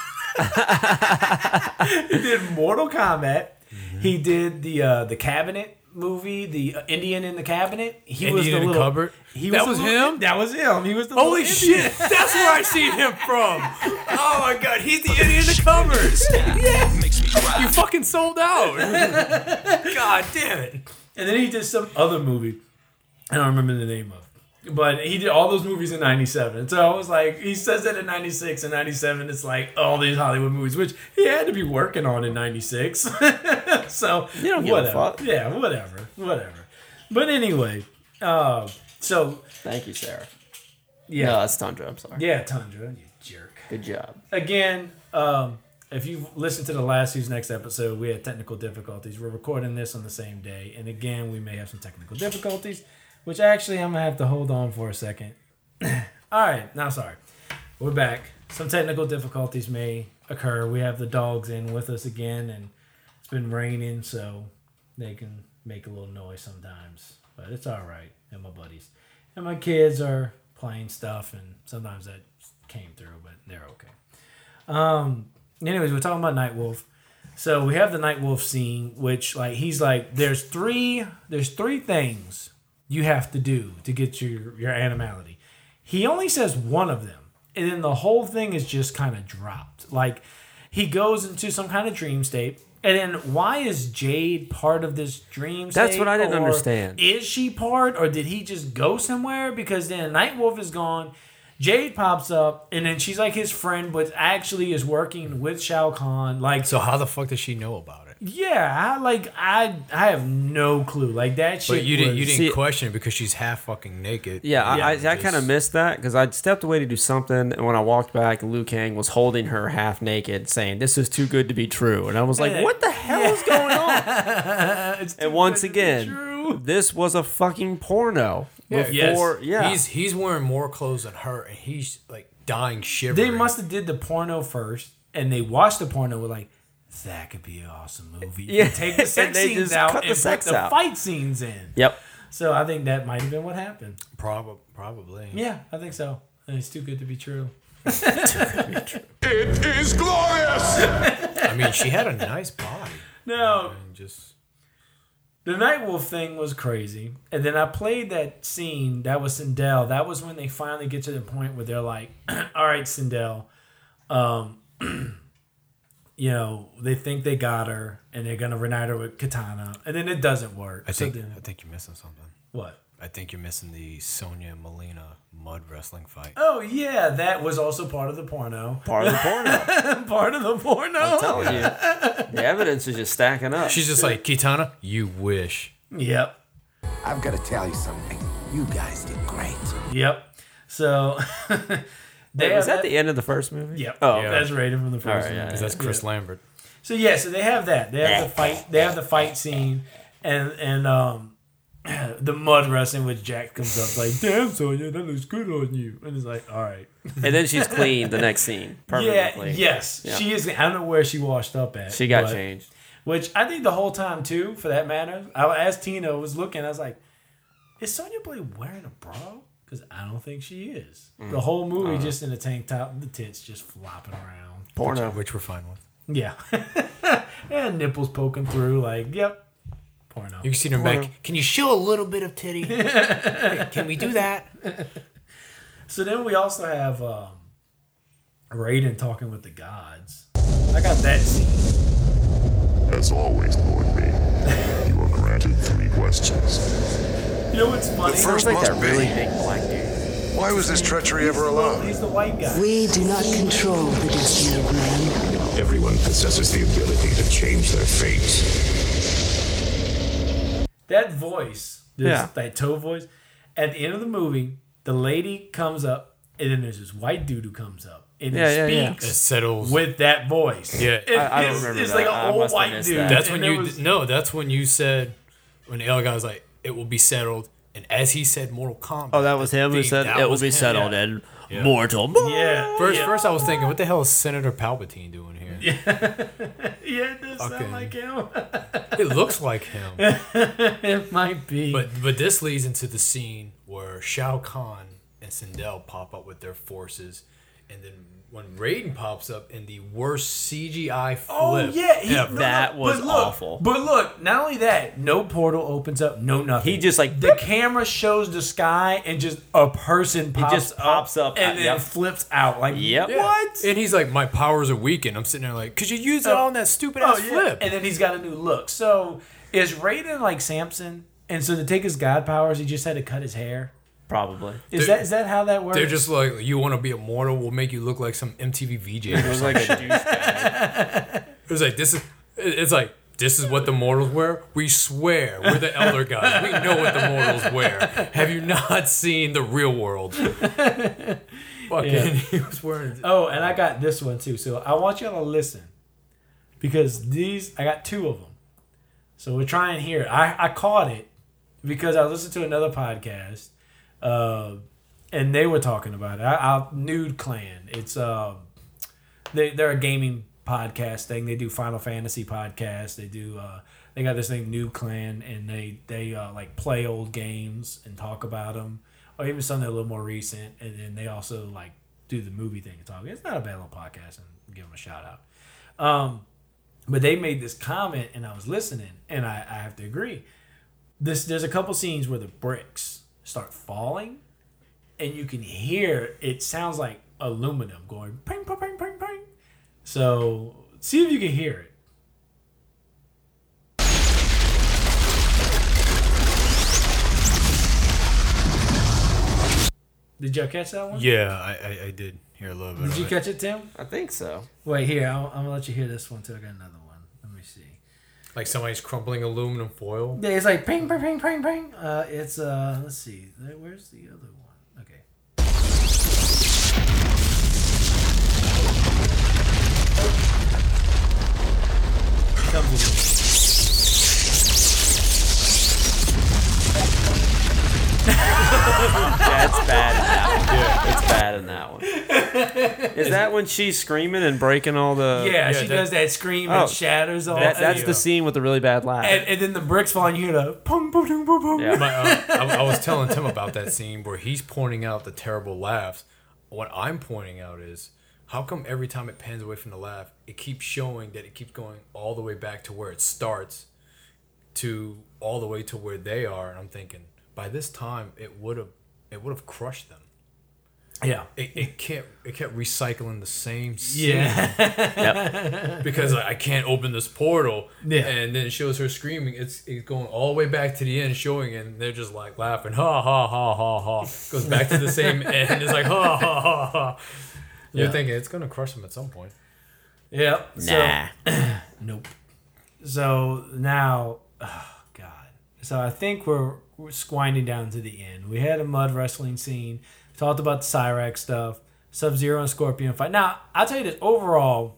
S3: he did Mortal Kombat.
S4: Mm-hmm.
S3: He did the uh, the cabinet movie, the uh, Indian in the cabinet. He was
S4: Indian
S3: the
S4: in the
S3: little,
S4: cupboard?
S3: He
S4: That
S3: the
S4: was
S3: little-
S4: him?
S3: That was him. He was the
S4: Holy
S3: little Indian.
S4: shit! That's where I seen him
S3: (laughs)
S4: from. Oh my god, he's the idiot in the covers.
S3: (laughs)
S4: yeah. You fucking sold out. Oh. God damn it.
S3: And then he did some other movie. I don't remember the name of. it. But he did all those movies in 97. And so I was like, he says that in 96 and 97, it's like all these Hollywood movies, which he had to be working on in 96. (laughs) so,
S5: You don't give a
S3: whatever.
S5: fuck.
S3: Yeah, whatever. Whatever. But anyway, uh, so,
S5: Thank you, Sarah.
S3: Yeah.
S5: no, that's Tundra. I'm sorry.
S3: yeah, Tundra, you jerk.
S5: Good job.
S3: Again, um, if you've listened to the last Who's Next episode, we had technical difficulties. We're recording this on the same day. And again, we may have some technical difficulties, which actually I'm going to have to hold on for a second. (clears throat) All right, now sorry. We're back. Some technical difficulties may occur. We have the dogs in with us again, and it's been raining, so they can make a little noise sometimes. But it's all right. And my buddies and my kids are playing stuff, and sometimes that came through, but they're okay. Um. Anyways, we're talking about Nightwolf. So we have the Nightwolf scene, which like he's like, there's three, there's three things you have to do to get your your animality. He only says one of them, and then the whole thing is just kind of dropped. Like he goes into some kind of dream state. And then why is Jade part of this dream state?
S5: That's what I didn't
S3: Or
S5: understand.
S3: Is she part or did he just go somewhere? Because then Nightwolf is gone Jade pops up, and then she's like his friend, but actually is working with Shao Kahn. Like,
S4: so how the fuck does she know about it?
S3: yeah, I like I I have no clue. Like that shit.
S4: But you didn't you
S3: was-
S4: didn't question it because she's half fucking naked.
S5: Yeah, I, I, I
S4: Just-
S5: kind of missed that because I stepped away to do something, and when I walked back, Liu Kang was holding her half naked, saying, "This is too good to be true," and I was like, "What the hell is going on?" (laughs) and once again, this was a fucking porno.
S4: Yeah,
S5: Before, yeah,
S4: He's he's wearing more clothes than her, and he's like dying shivering.
S3: They must have did the porno first, and they watched the porno. Were like, that could be an awesome movie.
S5: Yeah,
S3: Yeah, take the
S5: (laughs) and
S3: sex
S5: they
S3: scenes
S5: just
S3: out
S5: cut the
S3: and
S5: sex
S3: put the
S5: out.
S3: fight scenes in.
S5: Yep.
S3: So I think that might have been what happened.
S4: Probably, probably.
S3: Yeah, I think so. And it's too good to be true.
S1: It is glorious!
S4: I mean, she had a nice body.
S3: No,
S4: And just
S3: The Night Wolf thing was crazy. And then I played that scene that was Sindel. That was when they finally get to the point where they're like, (clears throat) all right, Sindel, um, (clears throat) you know, they think they got her and they're going to renite her with Katana. And then it doesn't work.
S4: I
S3: So
S4: think
S3: then-
S4: I think you're missing something.
S3: What?
S4: I think you're missing the Sonia Molina mud wrestling fight.
S3: oh, yeah, that was also part of the
S5: (laughs)
S3: porno.
S5: Part of the
S3: porno. part of the porno.
S5: I'm telling you, the evidence is just stacking up.
S4: She's just like Kitana. You wish.
S3: Yep.
S13: I've got to tell you something. You guys did great.
S3: Yep. So. (laughs)
S5: Wait, was that the end of the first movie?
S3: Yep.
S5: Oh,
S3: Oh,
S5: okay.
S3: that's rated from the first
S5: All right,
S3: movie.
S5: yeah, yeah,
S4: 'Cause that's Chris
S3: Uh, Yeah.
S4: Lambert.
S3: So yeah, so they have that. They have the fight. They have the fight scene, and and um, (clears throat) the mud wrestling with Jack comes up like, "Damn, Sonya, that looks good on you," and it's like, "All right."
S5: And then she's clean the next scene
S3: Yeah.
S5: permanently.
S3: Yes,
S5: Yeah.
S3: she is. I don't know where she washed up at.
S5: She got
S3: but-
S5: changed.
S3: Which I think the whole time too, for that matter. I as Tina was looking, I was like, "Is Sonya Blade wearing a bra?" Because I don't think she is.
S5: Mm.
S3: The whole movie,
S4: Uh-huh.
S3: just in a tank top, and the tits just flopping around.
S4: Porno, which, we're fine with.
S3: Yeah. (laughs) and nipples poking through, like, yep. Porno.
S4: You can see her
S3: Porno.
S4: back. Can you show a little bit of
S3: (laughs)
S4: titty? Can we do that?
S3: So then we also have um, Raiden talking with the gods. I got that scene.
S14: As always, Lord B, you are granted three questions.
S3: You know what's funny?
S14: The first must be. Why was this treachery ever allowed?
S3: He's the white guy.
S15: We do not control the destiny of man.
S14: Everyone possesses the ability to change their fate.
S3: That voice, this,
S14: Yeah.
S3: that toe voice, at the end of the movie, the lady comes up, and then there's this white dude who comes up. And
S4: Yeah,
S3: he
S4: yeah, yeah.
S3: speaks
S4: It settles.
S3: with that voice.
S4: Yeah,
S3: It- it's, it's like an old white dude.
S4: That's
S3: And
S4: when
S3: there
S4: you
S3: was-
S4: no. That's when you said when the other guy was like, "It will be settled." And as he said, "Mortal Kombat."
S5: Oh, that was him who
S4: Dude,
S5: said
S4: that
S5: it will
S4: was
S5: be
S4: him.
S5: settled
S4: Yeah.
S5: and
S4: Yeah.
S5: mortal.
S3: Yeah.
S4: First,
S3: Yeah.
S4: first, I was thinking, what the hell is Senator Palpatine doing here?
S3: yeah, (laughs) it does
S4: Okay.
S3: sound like him. (laughs)
S4: It looks like him.
S3: it might be.
S4: But but this leads into the scene where Shao Kahn and Sindel pop up with their forces, and then when Raiden pops up in the worst CGI flip.
S3: Oh yeah, he-
S4: ever.
S3: no, no, but look, But look, not only that, no portal opens up, no nothing. He
S5: just like
S3: the camera shows the sky and just a person pops
S5: just
S3: up
S5: pops up,
S3: and
S5: uh,
S3: then
S5: yep.
S3: flips out. Like
S4: Yeah. And he's like, my powers are weakened. I'm sitting there like, could you use it
S3: Oh.
S4: on that stupid
S3: Oh,
S4: ass
S3: yeah.
S4: flip?
S3: And then he's got a new look. So is Raiden like Samson? And so to take his god powers, he just had to cut his hair.
S5: Probably.
S3: Is that is that how that works?
S4: They're just like, you want to be immortal? We'll make you look like some MTV VJ.
S5: It was like a
S4: It was like this is. it- It's like this is what the mortals wear. We swear we're the elder gods. We know what the mortals wear. Have you not seen the real world? Fucking,
S3: Yeah.
S4: he was wearing.
S3: Oh, and I got this one too. So I want y'all to listen because these I got two of them. So we're trying here. I I caught it because I listened to another podcast, uh, and they were talking about it. I, I Nude Clan. It's um, they they're a gaming podcast thing. They do Final Fantasy podcast. They do uh, they got this thing Nude Clan, and they they uh, like play old games and talk about them, or even something a little more recent. And then they also like do the movie thing and talk. It's not a bad little podcast, and give them a shout out. Um, but they made this comment, and I was listening, and I, I have to agree. This there's a couple scenes where the bricks start falling, and you can hear it sounds like aluminum going ping ping ping ping ping. So see if you can hear it. Did y'all catch that one?
S4: Yeah, I, I, I did hear a little bit.
S3: Did
S4: of
S3: you
S4: it.
S3: catch it, Tim?
S5: I think so.
S3: Wait here. I'll, I'm gonna let you hear this one too. I got another one. Let me see.
S4: Like somebody's crumpling aluminum foil.
S3: Yeah, it's like ping, ping, ping, ping, ping. Uh, it's uh, let's see. There- Where's the other one? Okay. Comes
S5: That's bad in that one.
S3: Yeah.
S5: It's bad in that one.
S3: with-
S5: Is that when she's screaming and breaking all the?
S3: Yeah, she does that scream and shatters all.
S5: Oh. That, that's
S3: Yeah.
S5: the scene with the really bad laugh.
S3: And, and then the bricks fall and you hear the pum, pum, pum, pum, pum.
S5: Yeah.
S4: My, uh, I, I was telling Tim about that scene where he's pointing out the terrible laughs. What I'm pointing out is how come every time it pans away from the laugh, it keeps showing that it keeps going all the way back to where it starts to all the way to where they are. And I'm thinking by this time it would have it would have crushed them.
S3: Yeah.
S4: It, it kept it kept recycling the same scene.
S3: Yeah. Yep.
S4: Because I I can't open this portal.
S3: Yeah.
S4: And then it shows her screaming. It's it's going all the way back to the end, showing, and they're just like laughing, ha ha ha ha ha. Goes back to
S3: (laughs)
S4: the same end. It's like ha ha ha ha. You're
S3: Yeah.
S4: thinking it's gonna crush them at some point.
S3: Yep. so- (clears throat) nope. So now, oh God. So I think we're, we're squinding down to the end. We had a mud wrestling scene. Talked about the Cyrax stuff. Sub Zero and Scorpion fight. Now I'll tell you this. Overall,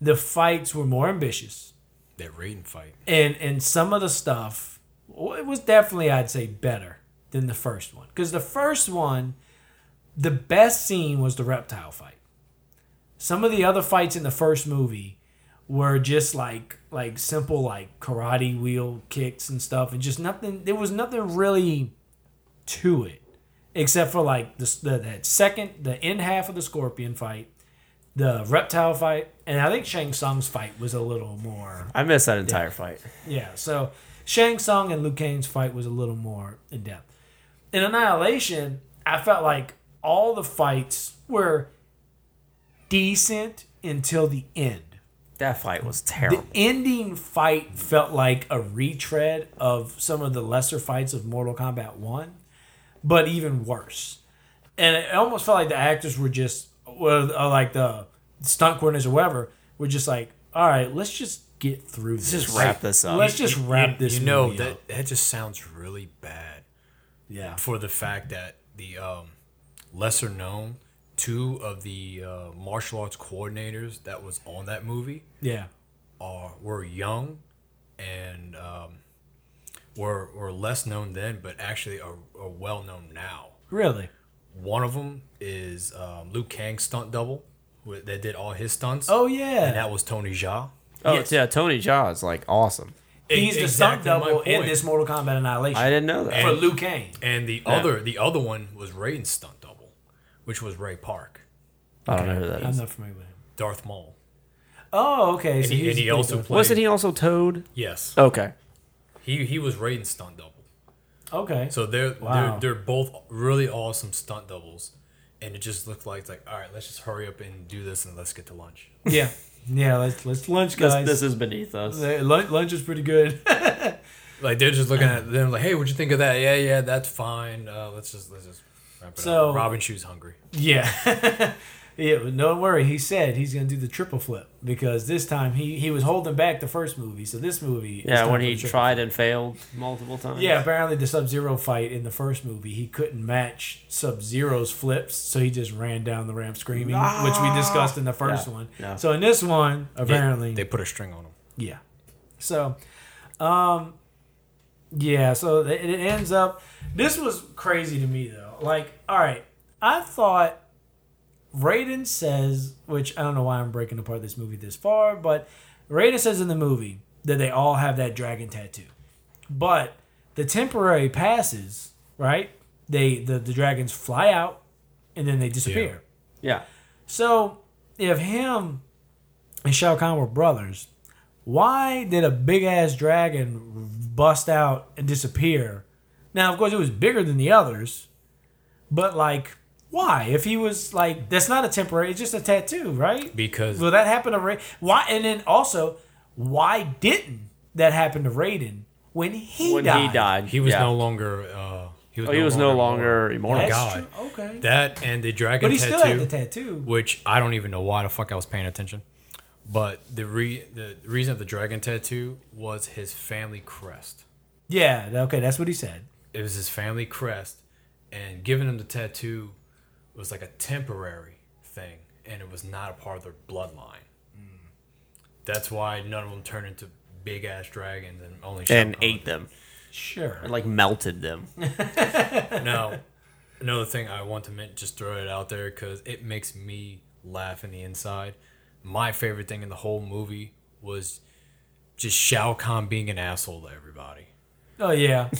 S3: the fights were more ambitious,
S4: That raiding fight.
S3: and and some of the stuff well, it was definitely I'd say better than the first one because the first one, the best scene was the reptile fight. Some of the other fights in the first movie were just like like simple like karate wheel kicks and stuff and just nothing there was nothing really to it except for like the, the that second the end half of the scorpion fight the reptile fight and i think shang Tsung's fight was a little more
S5: I missed that entire fight.
S3: yeah, so Shang Tsung and Liu Kang's fight was a little more in depth. In Annihilation, I felt like all the fights were decent until the end.
S5: That fight was terrible.
S3: The ending fight felt like a retread of some of the lesser fights of Mortal Kombat 1, but even worse. And it almost felt like the actors were just, well, uh, like the stunt coordinators or whoever, were just like, all right, let's just get through this.
S5: just wrap this up.
S3: Let's just
S4: You-
S3: wrap
S4: you-
S3: this
S4: You know
S3: movie up.
S4: that that just sounds really bad.
S3: Yeah.
S4: For the fact that the um, lesser known two of the uh, martial arts coordinators that was on that movie
S3: Yeah.
S4: are were young and um, were were less known then, but actually are, are well known now.
S3: Really?
S4: One of them is um, Liu Kang's stunt double wh- that did all his stunts.
S3: Oh, yeah.
S4: and that was Tony Jaa.
S5: Oh
S4: Yes.
S5: yeah, Tony Jaa is like awesome.
S3: He's the stunt
S4: Exactly my
S3: double in
S4: point.
S3: this Mortal Kombat Annihilation.
S5: I didn't know that.
S3: For Liu Kang.
S4: And the
S5: Yeah.
S4: other the other one was Raiden's stunt double, which was Ray Park,
S5: I don't know who that
S3: I'm
S5: is.
S3: not familiar with him.
S4: Darth Maul.
S3: Oh, okay.
S4: And
S3: so
S4: he-
S3: he's
S4: and he
S3: the
S4: also
S3: big
S4: played-
S5: Wasn't he also Toad?
S4: Yes.
S3: Oh.
S5: Okay.
S4: He he was Raiden's stunt double.
S3: guy. Okay.
S4: So they're
S3: Wow.
S4: they're they're both really awesome stunt doubles. And it just looked like it's like, all right, let's just hurry up and do this and let's get to lunch.
S3: yeah. Yeah, let's let's lunch
S5: This,
S3: guys.
S5: this is beneath us.
S3: Uh, lun- lunch is pretty good. (laughs)
S4: Like they're just looking at them like, hey, what'd you think of that? Yeah, yeah, that's fine. Uh, let's just let's just wrap it
S3: So-
S4: up. Robin Shoe's hungry.
S3: Yeah. (laughs) yeah, but don't worry. He said he's going to do the triple flip because this time he, he was holding back the first movie. So this movie. is
S5: Yeah,
S3: time
S5: when
S3: for
S5: he
S3: the triple
S5: tried and failed multiple times.
S3: Yeah, apparently the Sub Zero fight in the first movie, he couldn't match Sub Zero's flips, so he just ran down the ramp screaming, which we discussed in the first
S5: Ah. Yeah,
S3: one.
S5: yeah.
S3: So in this one, apparently,
S4: They, they put a string on him.
S3: yeah. So, um, yeah. So it, it ends up. This was crazy to me though. Like, all right, I thought Raiden says, which I don't know why I'm breaking apart this movie this far, but Raiden says in the movie that they all have that dragon tattoo, but the temporary passes right. They the, the dragons fly out and then they disappear.
S5: Yeah.
S3: So if him and Shao Kahn were brothers, why did a big ass dragon bust out and disappear? Now, of course, it was bigger than the others, but like, why? If he was like, that's not a temporary; it's just a tattoo, right?
S4: Because
S3: Will that happen to Ra- Why? And then also, why didn't that happen to Raiden when he
S5: When
S3: died?
S5: he died,
S4: he was
S5: yeah.
S4: no longer uh,
S5: Oh, he was no longer immortal.
S4: God.
S5: That's
S3: true. Okay.
S4: That and the dragon
S3: But he
S4: tattoo.
S3: still had the tattoo.
S4: Which I don't even know why the fuck I was paying attention. But the re the reason of the dragon tattoo was his family crest.
S3: Yeah. Okay. That's what he said.
S4: It was his family crest, and giving him the tattoo was like a temporary thing, and it was not a part of their bloodline. Mm. That's why none of them turned into big ass dragons and only Shao
S5: and
S4: Kahn
S5: ate them.
S3: Sure.
S5: And, like melted
S4: (laughs)
S5: them.
S4: now, another thing I want to men- just throw it out there because it makes me laugh in the inside. My favorite thing in the whole movie was just Shao Kahn being an asshole to everybody.
S3: Oh yeah.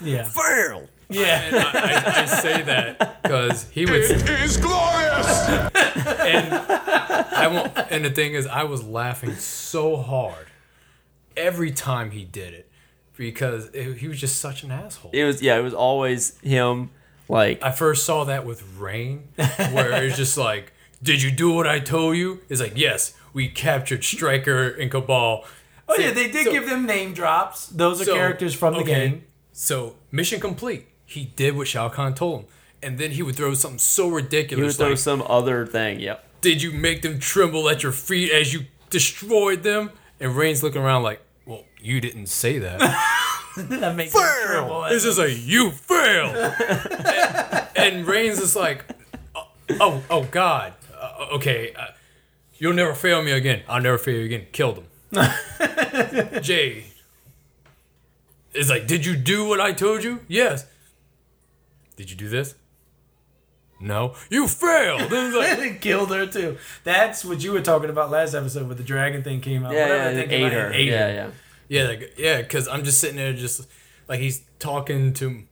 S3: Yeah.
S5: Fail.
S3: Yeah.
S4: And I, I, I say that because he would.
S1: It is glorious!
S4: and I won't, and the thing is, I was laughing so hard every time he did it because it, he was just such an asshole.
S5: It was yeah. It was always him. Like
S4: I first saw that with Rain, where it's just like, "Did you do what I told you?" It's like, "Yes, we captured Stryker and Cabal."
S3: Oh yeah, they did give them name drops. Those are
S4: So,
S3: characters from the
S4: okay,
S3: game.
S4: So mission complete. He did what Shao Kahn told him, and then he would throw something so
S5: he would
S4: ridiculous.
S5: throw
S4: like,
S5: some other thing. Yep.
S4: Did you make them tremble at your feet as you destroyed them? And Rain's looking around like, "Well, you didn't say that."
S3: that makes them terrible.
S4: it's just like you failed, and, and Rain's just like, "Oh, oh God, uh, okay, uh, you'll never fail me again. I'll never fail you again." Killed him. Jay is like, "Did you do what I told you?" Yes. Did you do this? No. You failed. Then it's like,
S3: It killed her too. That's what you were talking about last episode when the dragon thing came out.
S5: Yeah,
S3: Whatever
S5: yeah,
S3: the thing
S5: it
S3: came out,
S5: ate
S3: it
S5: her. Yeah, yeah.
S4: Yeah, like, yeah, because I'm just sitting there, just like he's talking to,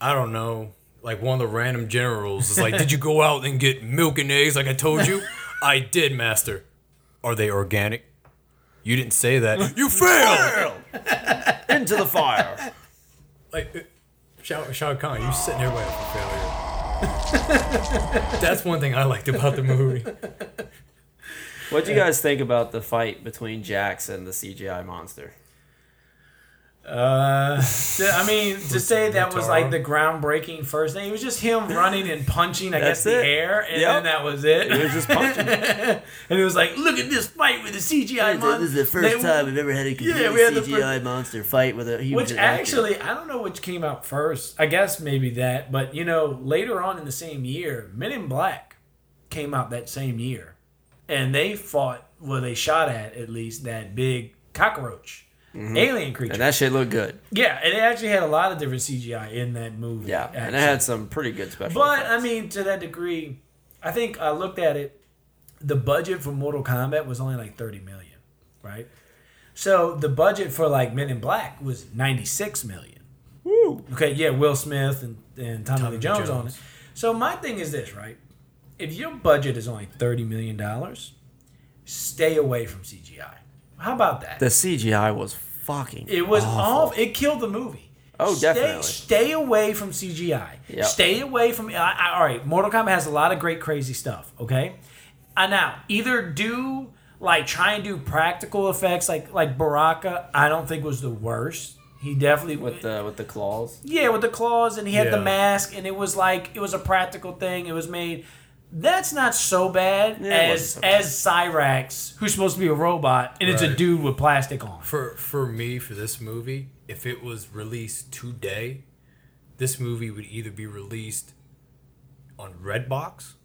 S4: I don't know, like one of the random generals. It's like, did you go out and get milk and eggs like I told (laughs) you? I did, master. Are they organic? You didn't say that. (laughs) you failed.
S5: Into the (laughs) fire.
S4: Like, uh, Shao, Shao Kahn, you sitting there waiting for failure. (laughs) That's one thing I liked about the movie.
S5: What do you guys think about the fight between Jax and the CGI monster?
S3: Uh, th- I mean, to say that was
S4: Rotaro.
S3: like the groundbreaking first thing, it was just
S5: (laughs)
S3: him running and punching, I guess,
S5: That's
S3: the
S5: it.
S3: air, and
S5: Yep.
S3: then that was it.
S5: (laughs) It was just punching.
S3: and it was like, look at this fight with the CGI monster. They-
S5: ever had a
S3: Yeah, we had the CGI
S5: monster fight with a. He
S3: Which actually, I don't know which came out first. I guess maybe that, but you know, later on in the same year, Men in Black came out that same year, and they fought, well, they shot at at least that big cockroach, alien creature.
S5: Mm-hmm. and that shit looked good.
S3: yeah, and it actually had a lot of different CGI in that movie.
S5: Yeah, and it
S3: actually.
S5: had some pretty good special.
S3: But
S5: effects.
S3: I mean, to that degree, I think I looked at it. The budget for Mortal Kombat was only like thirty million, right? So the budget for like Men in Black was ninety six million. Woo. Okay, yeah, Will Smith and and Tommy, Lee Jones, on it. So my thing is this, right? If your budget is only thirty million dollars, stay away from CGI. How about that?
S5: the CGI was fucking.
S3: It was
S5: awful.
S3: off. It killed the movie.
S5: Oh,
S3: stay,
S5: definitely.
S3: Stay away from CGI.
S5: Yep.
S3: Stay away from. I, I, all right, Mortal Kombat has a lot of great, crazy stuff. Okay, uh, now either do like try and do practical effects, like like Baraka. I don't think was the worst. He definitely
S5: with the with the claws.
S3: yeah, with the claws, and he had the
S4: Yeah.
S3: mask, and it was like it was a practical thing. It was made. That's not so bad
S5: Yeah,
S3: as
S5: it wasn't so bad.
S3: as Cyrax, who's supposed to be a robot, and it's a
S4: Right.
S3: dude with plastic on.
S4: For for me, for this movie, if it was released today, this movie would either be released on Redbox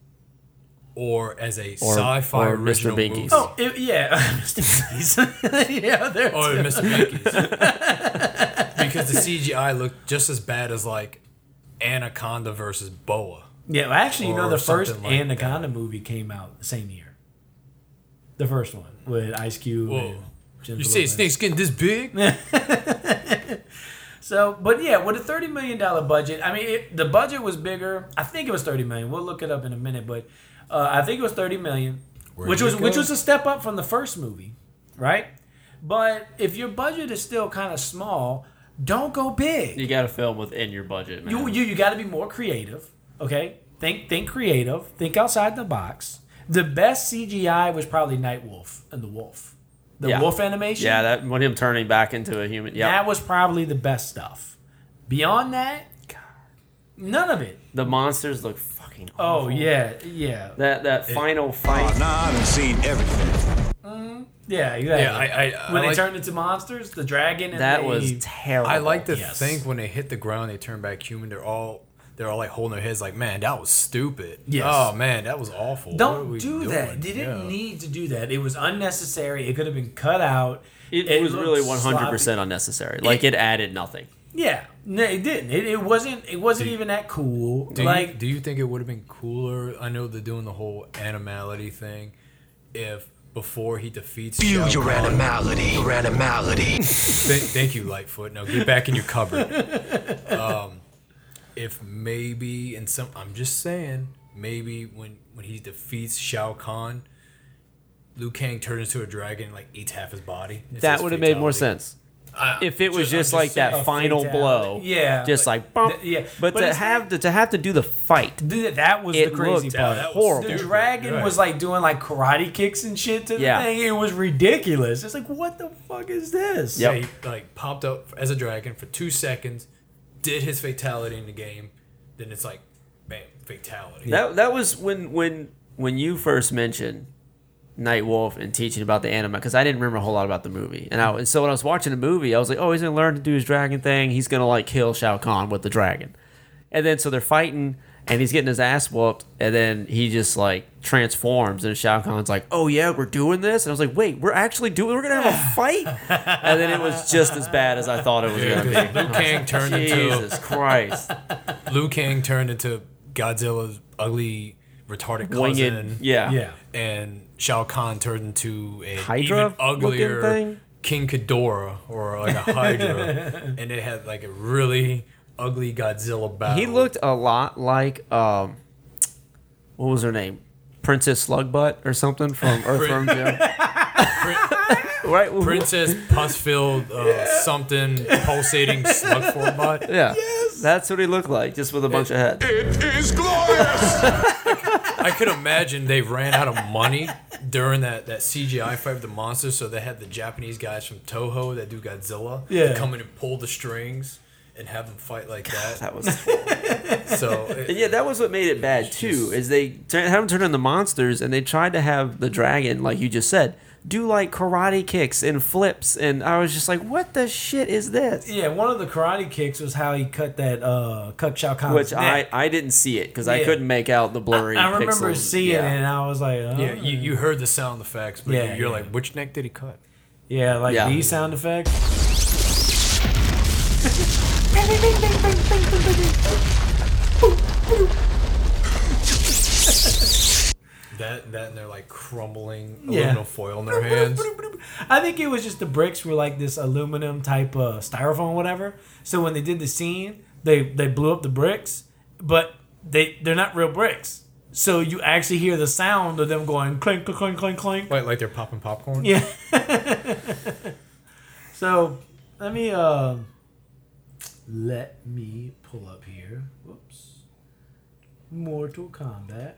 S4: or as a sci-fi
S5: or Mr.
S4: original
S5: Binkies.
S4: movie.
S3: Oh it, yeah, (laughs) Mr. Freeze. (laughs) yeah, there.
S4: Or Mr. Binkies. because the CGI looked just as bad as like Anaconda versus Boa.
S3: Yeah, well, actually, you know,
S4: Or
S3: the first
S4: something like
S3: Anaconda movie came out the same year. The first one with Ice Cube.
S4: Whoa.
S3: and Jennifer
S4: You say a
S3: Lopez.
S4: snake's getting this big?
S3: (laughs) So, but yeah, with a thirty million dollar budget, I mean, it, the budget was bigger. I think it was thirty million. We'll look it up in a minute, but uh, I think it was thirty million, which
S4: did
S3: was
S4: it
S3: which
S4: go?
S3: was a step up from the first movie, right? But if your budget is still kind of small, don't go big.
S5: You got to film within your budget, man.
S3: You you, you got to be more creative. Okay, think think creative. Think outside the box. The best CGI was probably Night Wolf and the Wolf. The
S5: Yeah.
S3: Wolf animation.
S5: yeah, that when him turning back into a human. Yeah,
S3: that was probably the best stuff. Beyond that, None of it.
S5: The monsters look fucking.
S3: Oh yeah, yeah,
S5: That that final fight.
S9: nah, I done seen everything.
S3: yeah. Exactly.
S4: Yeah, I- I- I
S3: when they
S4: like-
S3: turned into monsters, the dragon. And the-
S4: I like to
S3: Oh, Yes.
S4: think when they hit the ground, they turn back human. They're all they're all like holding their heads, like, man, that was stupid.
S3: Yes.
S4: Oh man, that was awful. What are
S3: Don't
S4: we
S3: do
S4: doing?"
S3: that. They didn't
S4: Yeah.
S3: need to do that. It was unnecessary. It could have been cut out.
S5: It, was
S3: looked
S5: really 100%
S3: sloppy.
S5: unnecessary. Like it added nothing.
S3: Yeah, no, it didn't. It, it wasn't. It wasn't even that cool.
S4: Do
S3: like
S4: you, do you think it would have been cooler? I know they're doing the whole animality thing. If before he defeats
S13: Feel
S4: Shao
S13: your
S4: Kahn-
S13: animality, your animality.
S4: Th- thank you, Lightfoot. Now get back in your cupboard. Um, if maybe in some, I'm just saying, maybe when when he defeats Shao Kahn, Liu Kang turns into a dragon and like eats half his body. It's
S5: that
S4: his
S5: would have made more
S4: fatality.
S5: sense.
S4: I-
S5: if it was
S4: I'm
S5: Uh, just, like that
S4: saying.
S5: final
S3: fatality.
S5: blow,
S3: Yeah,
S5: just
S3: like-
S5: like, bump.
S3: Th- yeah.
S5: But,
S3: But
S5: to
S3: it's not-
S5: have to, to have to do the fight,
S3: Th- that was
S5: It
S3: the crazy
S5: looked
S3: part.
S5: horrible.
S3: The dragon
S5: Right.
S3: was like doing like karate kicks and shit to the
S5: Yeah.
S3: thing. It was ridiculous. It's like, what the fuck is this?
S4: Yeah, he like popped up as a dragon for two seconds, did his fatality in the game, then it's like, bam, fatality.
S5: That that was when when when you first mentioned Night Wolf and teaching about the anime because I didn't remember a whole lot about the movie. And I and so when I was watching the movie, I was like, oh, he's gonna learn to do his dragon thing. He's gonna like kill Shao Kahn with the dragon. And then so they're fighting and he's getting his ass whooped. And then he just like transforms and Shao Kahn's like, oh yeah, we're doing this. And I was like, wait, we're actually doing. We're gonna
S4: (laughs)
S5: have a fight. and then it was just as bad as I thought it was
S4: Yeah,
S5: gonna be.
S4: 'cause Liu
S5: (laughs)
S4: Kang turned into
S5: Jesus
S4: (laughs)
S5: Christ.
S4: Liu Kang turned into Godzilla's ugly, retarded
S5: Winged-
S4: cousin.
S5: yeah. Yeah.
S4: And Shao Kahn turned into a
S5: Hydra
S4: even uglier
S5: looking thing?
S4: King Ghidorah or like a
S5: (laughs)
S4: Hydra, and it had like a really ugly Godzilla battle.
S5: He looked (laughs) a lot like um, what was her name, Princess Slugbutt or
S3: (laughs)
S5: something from Earthworm Jim. right,
S4: Princess Puss-filled uh, something pulsating slug form bot.
S5: Yeah, that's what he looked like, just with a bunch of heads.
S1: It is glorious!
S4: I could imagine they ran out of money during that, that CGI fight with the monsters, so they had the Japanese guys from Toho that do Godzilla
S5: Yeah.
S4: come in and pull the strings and have them fight like that.
S5: That was
S4: so.
S5: And yeah, that was what made it bad too. Is they turn, had him turn into monsters, and they tried to have the dragon, like you just said, do like karate kicks and flips, and I was just like, what the shit is this?
S3: Yeah, one of the karate kicks was how he cut that uh cut Shao Kahn's
S5: Which
S3: neck.
S5: I, I didn't see it because I
S3: Yeah.
S5: couldn't make out the blurry.
S3: I remember
S5: pixels.
S3: seeing
S5: Yeah.
S3: it and I was like, oh.
S4: Yeah, you, you heard the sound effects, but
S3: Yeah,
S4: you're
S3: yeah.
S4: like, which neck did he cut?
S3: Yeah, like
S4: Yeah.
S3: these sound effects.
S4: That that and they're like crumbling
S3: Yeah.
S4: aluminum foil in their hands.
S3: I think it was just the bricks were like this aluminum type of styrofoam, whatever. So when they did the scene, they they blew up the bricks, but they they're not real bricks. So you actually hear the sound of them going clink clink clink clink clink.
S4: Like like they're popping popcorn.
S3: Yeah. so let me uh, let me pull up here. Whoops. Mortal Kombat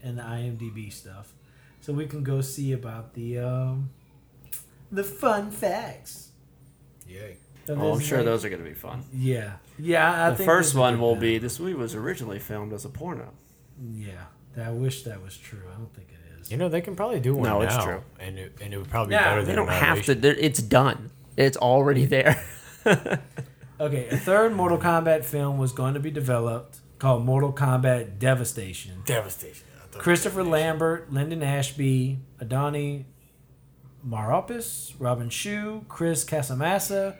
S3: and the IMDb stuff, so we can go see about the um, the fun facts.
S4: Yay.
S3: Of
S5: Oh, I'm
S3: this
S5: sure
S3: night.
S5: those are going to be fun.
S3: Yeah, yeah. I
S5: the
S3: think
S5: first
S3: those are
S5: one
S3: good
S5: will
S3: now.
S5: be this movie was originally filmed as a porno.
S3: Yeah, I wish that was true. I don't think it is.
S4: You know they can probably do one.
S5: No,
S4: now,
S5: it's true.
S4: and it, and it would probably be
S5: Yeah,
S4: better
S5: they
S4: than
S5: don't
S4: an
S5: have to.
S4: animation.
S5: they're- It's done. It's already there.
S3: Okay, a third Mortal Kombat film was going to be developed called Mortal Kombat Devastation.
S4: Devastation. I thought-
S3: Christopher Lambert, Lyndon Ashby, Adani Maropis, Robin Shu, Chris Casamassa,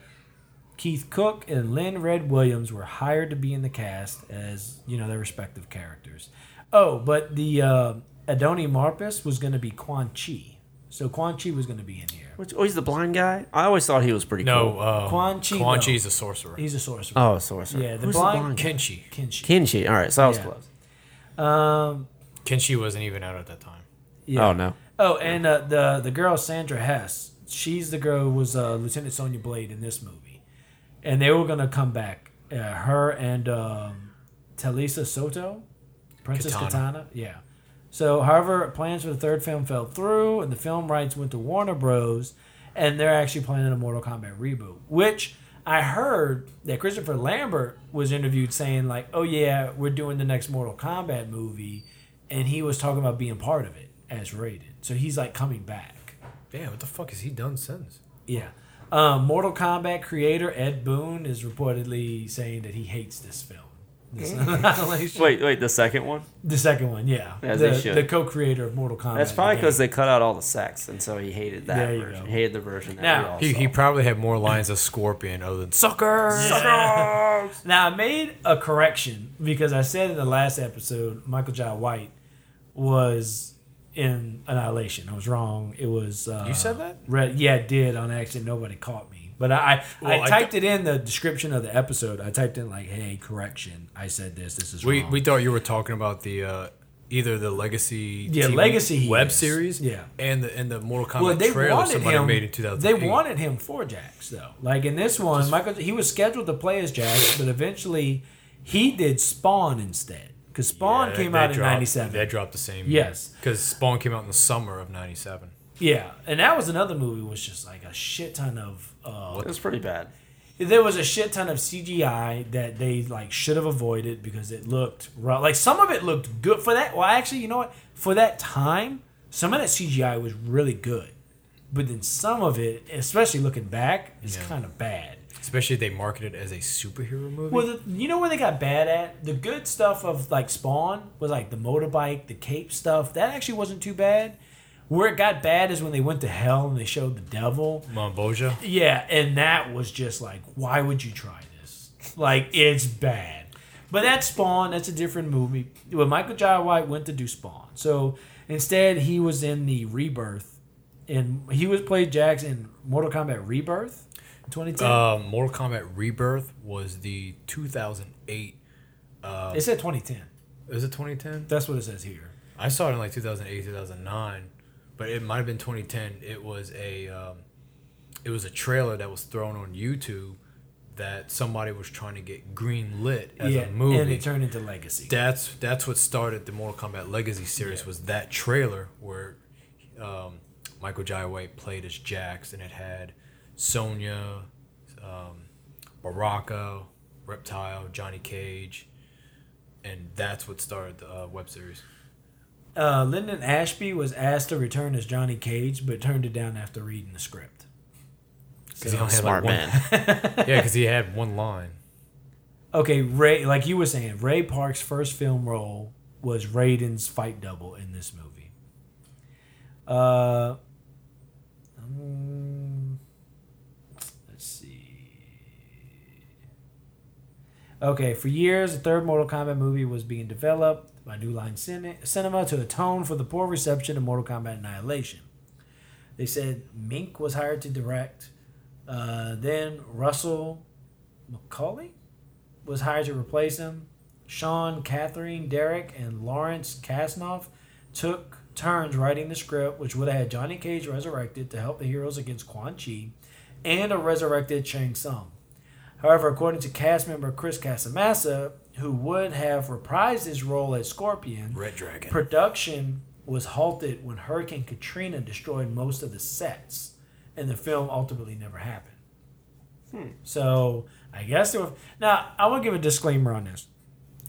S3: Keith Cook, and Lynn Red Williams were hired to be in the cast as, you know, their respective characters. Oh, but the uh, Adoni Marpus was going to be Quan Chi. So Quan Chi was going to be in here.
S5: (laughs) Which, oh, he's the blind guy. I always thought he was pretty
S4: No,
S5: cool.
S4: um,
S3: Quan Chi,
S4: Quan
S3: no.
S4: Chi's a sorcerer.
S3: He's a sorcerer.
S5: Oh, sorcerer.
S3: Yeah, the
S5: Who's the
S3: blind,
S5: blind guy?
S4: Kenshi.
S3: Kenshi.
S5: Kenshi. All right, so I was
S3: Yeah.
S5: close.
S3: Um,
S4: Kenshi wasn't even out at that time.
S5: Oh no.
S3: Oh, and uh, the the girl Sandra Hess, she's the girl who was uh, Lieutenant Sonia Blade in this movie, and they were gonna come back. Uh, her and um, Talisa Soto, Princess
S4: Katana.
S3: Katana. yeah. So, however, plans for the third film fell through, and the film rights went to Warner Bros. And they're actually planning a Mortal Kombat reboot, which I heard that Christopher Lambert was interviewed saying like, "Oh yeah, we're doing the next Mortal Kombat movie," and he was talking about being part of it as rated. So he's like coming back.
S4: Damn, what the fuck has he done since?
S3: Yeah. Um, Mortal Kombat creator Ed Boon is reportedly saying that he hates this film. This annihilation.
S5: Wait, wait, the second one?
S3: The second one, yeah.
S5: As
S3: the,
S5: they should.
S3: the co-creator of Mortal Kombat.
S5: That's probably
S3: the
S5: because they cut out all the sex, and so he hated that
S3: There you
S5: version.
S3: go.
S5: He hated the version that we
S3: Now-
S5: all
S4: He,
S5: saw.
S4: he probably had more lines of Scorpion other than sucker.
S3: Yeah. Now I made a correction because I said in the last episode Michael J. White was in Annihilation. I was wrong. It was uh,
S4: You said that?
S3: Red, yeah, I did on accident. Nobody caught me. But I I,
S4: Well,
S3: I
S4: I
S3: typed it in the description of the episode. I typed in like, "Hey, correction. I said this. This is
S4: We
S3: wrong."
S4: we thought you were talking about the uh, either the legacy
S3: Yeah,
S4: TV
S3: Legacy he
S4: web
S3: is.
S4: series
S3: Yeah.
S4: and the and the Mortal Kombat
S3: well, they
S4: trailer
S3: wanted
S4: somebody
S3: him.
S4: made in 2008.
S3: they wanted him for Jax though. Like in this one, Michael he was scheduled to play as Jax, but eventually he did Spawn instead because Spawn
S4: Yeah,
S3: came
S4: they
S3: out in
S4: dropped-
S3: '97.
S4: They dropped the same.
S3: Yes.
S4: because Spawn came out in the summer of '97.
S3: Yeah, and that was another movie was just like a shit ton of. Uh,
S5: It was pretty bad.
S3: There was a shit ton of CGI that they like should have avoided because it looked rough. Like some of it looked good for that. Well, actually, you know what? For that time, some of that CGI was really good, but then some of it, especially looking back, is
S4: Yeah.
S3: kind of bad.
S4: Especially they marketed it as a superhero movie.
S3: Well, the, you know where they got bad at? The good stuff of like Spawn was like the motorbike, the cape stuff. That actually wasn't too bad. Where it got bad is when they went to hell and they showed the devil.
S4: Mamboja.
S3: Yeah, and that was just like, why would you try this? Like, it's bad. But that's Spawn. That's a different movie. Well, Michael J. White went to do Spawn. So instead, he was in the Rebirth, and he was played Jax in Mortal Kombat Rebirth, in 2010.
S4: Uh, Mortal Kombat Rebirth was the 2008. Uh,
S3: it said 2010.
S4: Is it 2010?
S3: That's what it says here.
S4: I saw it in like 2008, 2009, but it might have been 2010. It was a um, it was a trailer that was thrown on YouTube that somebody was trying to get green lit as
S3: yeah,
S4: a movie.
S3: and it turned into Legacy.
S4: that's that's what started the Mortal Kombat Legacy series was that trailer where um, Michael Jai White played as Jax and it had Sonya, um, Baraka, Reptile, Johnny Cage, and that's what started the uh, web series.
S3: Uh, Lyndon Ashby was asked to return as Johnny Cage, but turned it down after reading the script.
S4: Because he only had
S5: Smart
S4: like one,
S3: man.
S5: (laughs)
S4: yeah, because he had one line.
S3: Okay, Ray, like you were saying, Ray Park's first film role was Raiden's fight double in this movie. Uh, um, let's see. Okay, for years, a third Mortal Kombat movie was being developed by New Line Cine- Cinema to atone for the poor reception of Mortal Kombat Annihilation. They said Mink was hired to direct. Uh, then Russell McCauley was hired to replace him. Sean, Catherine, Derek, and Lawrence Kasnoff took turns writing the script, which would have had Johnny Cage resurrected to help the heroes against Quan Chi and a resurrected Shang Tsung. However, according to cast member Chris Casamassa, who would have reprised his role as Scorpion,
S4: Red Dragon.
S3: production was halted when Hurricane Katrina destroyed most of the sets, and the film ultimately never happened.
S5: Hmm.
S3: So I guess there were. Now I want to give a disclaimer on this.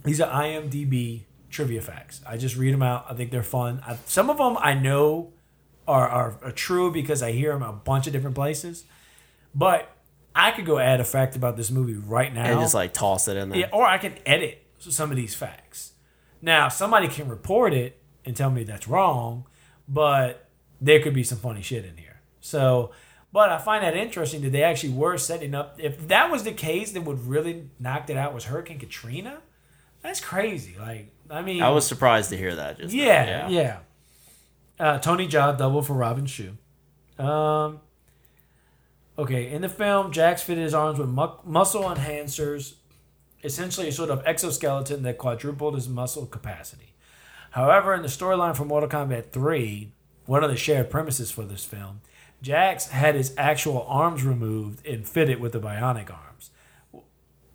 S3: These are IMDb trivia facts. I just read them out. I think they're fun. I, some of them I know are, are are true because I hear them a bunch of different places. But I could go add a fact about this movie right now.
S5: And just like toss it in there.
S3: Yeah, or I can edit some of these facts. Now, somebody can report it and tell me that's wrong, but there could be some funny shit in here. So, but I find that interesting that they actually were setting up. If that was the case, then what really knocked it out was Hurricane Katrina. That's crazy. Like, I mean,
S5: I was surprised to hear that. Just now.
S3: yeah, yeah. Uh, Tony Jaa double for Robin Shu. Um, okay, in the film, Jax fitted his arms with mu- muscle enhancers, essentially a sort of exoskeleton that quadrupled his muscle capacity. However, in the storyline for Mortal Kombat 3, one of the shared premises for this film, Jax had his actual arms removed and fitted with the bionic arms.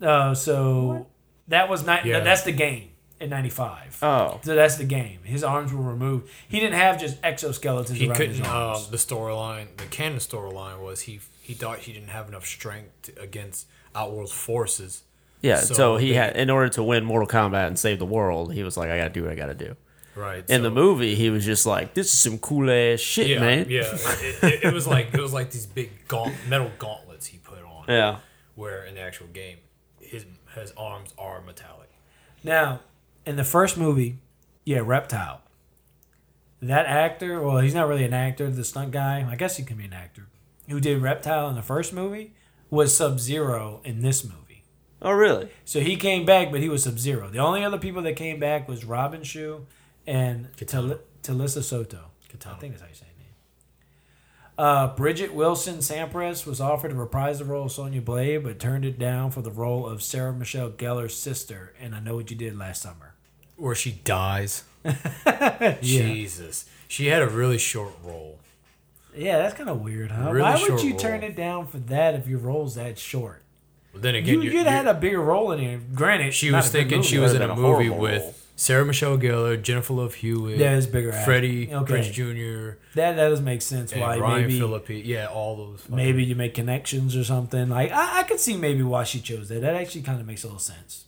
S3: Uh, so that was not.
S4: Yeah.
S3: That's the game. in 95.
S5: Oh.
S3: So that's the game. His arms were removed. He didn't have just exoskeletons
S4: He
S3: around his
S4: couldn't.
S3: arms.
S4: Uh, the storyline, the canon storyline was he he thought he didn't have enough strength to- against Outworld's forces.
S5: Yeah, so, he
S4: they-
S5: had in order to win Mortal Kombat and save the world, he was like, I gotta do what I gotta do.
S4: Right,
S5: In the movie, he was just like, This is some cool ass shit,
S4: yeah,
S5: man. (laughs)
S4: Yeah, it, it, it was like it was like these big gaunt, metal gauntlets he put on.
S5: Yeah.
S4: where in the actual game, his his arms are metallic.
S3: Now, in the first movie, yeah, Reptile. That actor, well, he's not really an actor, the stunt guy, I guess he can be an actor, who did Reptile in the first movie was Sub Zero in this movie.
S5: Oh, really?
S3: So he came back, but he was Sub Zero. The only other people that came back was Robin Shu and Tal- Talissa Soto. I think that's how you say her name. Uh, Bridget Wilson Sampras was offered to reprise the role of Sonya Blade, but turned it down for the role of Sarah Michelle Gellar's sister in I Know What You Did Last Summer.
S4: Where she
S3: (laughs)
S4: dies. Jesus, she had a really short role.
S3: Yeah, that's kind of weird, huh?
S4: Really
S3: Why would
S4: short
S3: you
S4: role.
S3: turn it down for that if your role's that short?
S4: But then again,
S3: you,
S4: you're-
S3: would
S4: you're-
S3: have had a bigger role in it. Granted,
S4: She
S3: not
S4: was
S3: a good
S4: thinking she
S3: movie.
S4: was in a
S3: Would've been
S4: movie
S3: horrible
S4: with
S3: role.
S4: Sarah Michelle Gellar, Jennifer Love Hewitt,
S3: Yeah, it's bigger act.
S4: Freddie
S3: Okay.
S4: Prince Jr.,
S3: That that does make sense.
S4: and
S3: why
S4: Ryan
S3: maybe
S4: Phillippe. Yeah, all those. fucking-
S3: maybe you make connections or something. Like I, I could see maybe why she chose that. That actually kind of makes a little sense.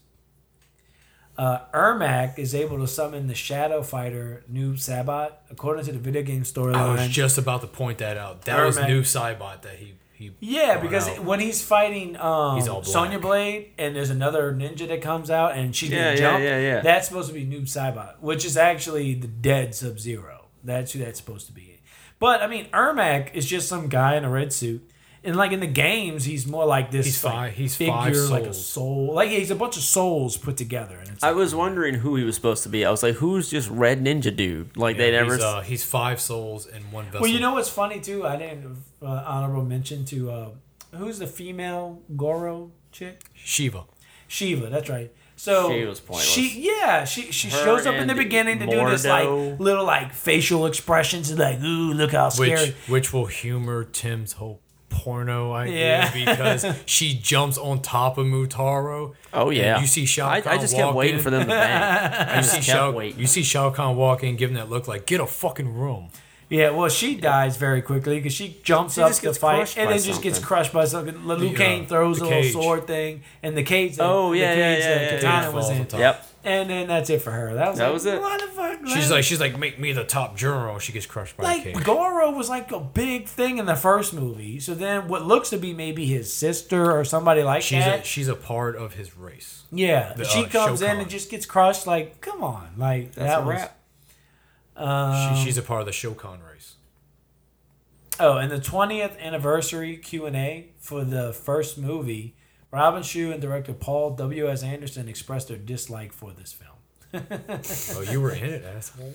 S3: Uh, Ermac is able to summon the Shadow Fighter Noob Sabat according to the video game storyline.
S4: I was just about to point that out. That was
S3: Ermac-
S4: new Cybot that he he.
S3: Yeah,
S4: brought
S3: because
S4: out.
S3: when he's fighting um,
S4: He's all black.
S3: Sonya Blade, and there's another ninja that comes out, and she
S5: Yeah,
S3: didn't
S5: yeah,
S3: jump.
S5: yeah, yeah.
S3: That's supposed to be Noob Saibot, which is actually the dead Sub Zero. That's who that's supposed to be. But I mean, Ermac is just some guy in a red suit, and like in the games, he's more like this.
S4: He's
S3: like,
S4: five- he's
S3: figure,
S4: five
S3: like a
S4: souls.
S3: soul. Like he's a bunch of souls put together, and it's
S5: I was wondering who he was supposed to be. I was like, Who's just Red Ninja Dude? Like,
S4: Yeah,
S5: they never.
S4: He's,
S5: s-
S4: uh, he's five souls in one vessel.
S3: Well, you know what's funny too? I didn't uh, honorable mention to uh, who's the female Goro chick?
S4: Shiva.
S3: Shiva, that's right. So
S5: She was pointless.
S3: She yeah, she she
S5: Her
S3: shows up in
S5: and
S3: the beginning to do this like
S5: Mordo.
S3: little like facial expressions and like ooh look how scary.
S4: which which will humor Tim's whole porno idea
S3: Yeah. (laughs)
S4: because she jumps on top of Mutaro.
S5: Oh, yeah.
S4: and you see Shao.
S5: I- I
S4: Kahn
S5: just kept
S4: walk
S5: waiting
S4: in.
S5: for
S4: (laughs)
S5: them to bang. I
S4: you
S5: just
S4: see
S5: kept
S4: Shao.
S5: waiting.
S4: You see Shao Kahn walk in, giving that look like "Get a fucking room."
S3: yeah, well she dies very quickly because she jumps
S5: She
S3: up
S5: just
S3: to
S5: gets
S3: fight
S5: crushed
S3: and
S5: by
S3: then just gets
S5: something.
S3: crushed by something. Liu
S4: The, uh,
S3: Kang throws a
S4: the
S3: little
S4: cage.
S3: sword thing and the cage. That,
S5: Oh,
S3: the
S5: yeah, yeah,
S3: cage
S5: yeah,
S3: that
S5: yeah, yeah.
S3: Katana
S4: Dude
S3: was
S4: falls
S3: in.
S4: on top.
S5: Yep.
S3: And then that's it for her. That was
S5: That
S3: like,
S5: was it.
S3: What the fuck?
S4: She's
S3: man?
S4: like, she's like, make me the top general. and She gets crushed by a
S3: like
S4: cage.
S3: Goro was like a big thing in the first movie. So then, what looks to be maybe his sister or somebody like
S4: She's
S3: that.
S4: a, she's a part of his race.
S3: yeah,
S4: the,
S3: she
S4: uh,
S3: comes in
S4: Shokan.
S3: and just gets crushed. Like, come on, like
S5: That's
S3: that
S5: a
S3: was.
S5: wrap.
S4: she, she's a part of the Shokan race.
S3: Oh, and the twentieth anniversary Q and A for the first movie, Robin Shu and director Paul W S Anderson expressed their dislike for this film.
S4: Oh, you were in it, asshole.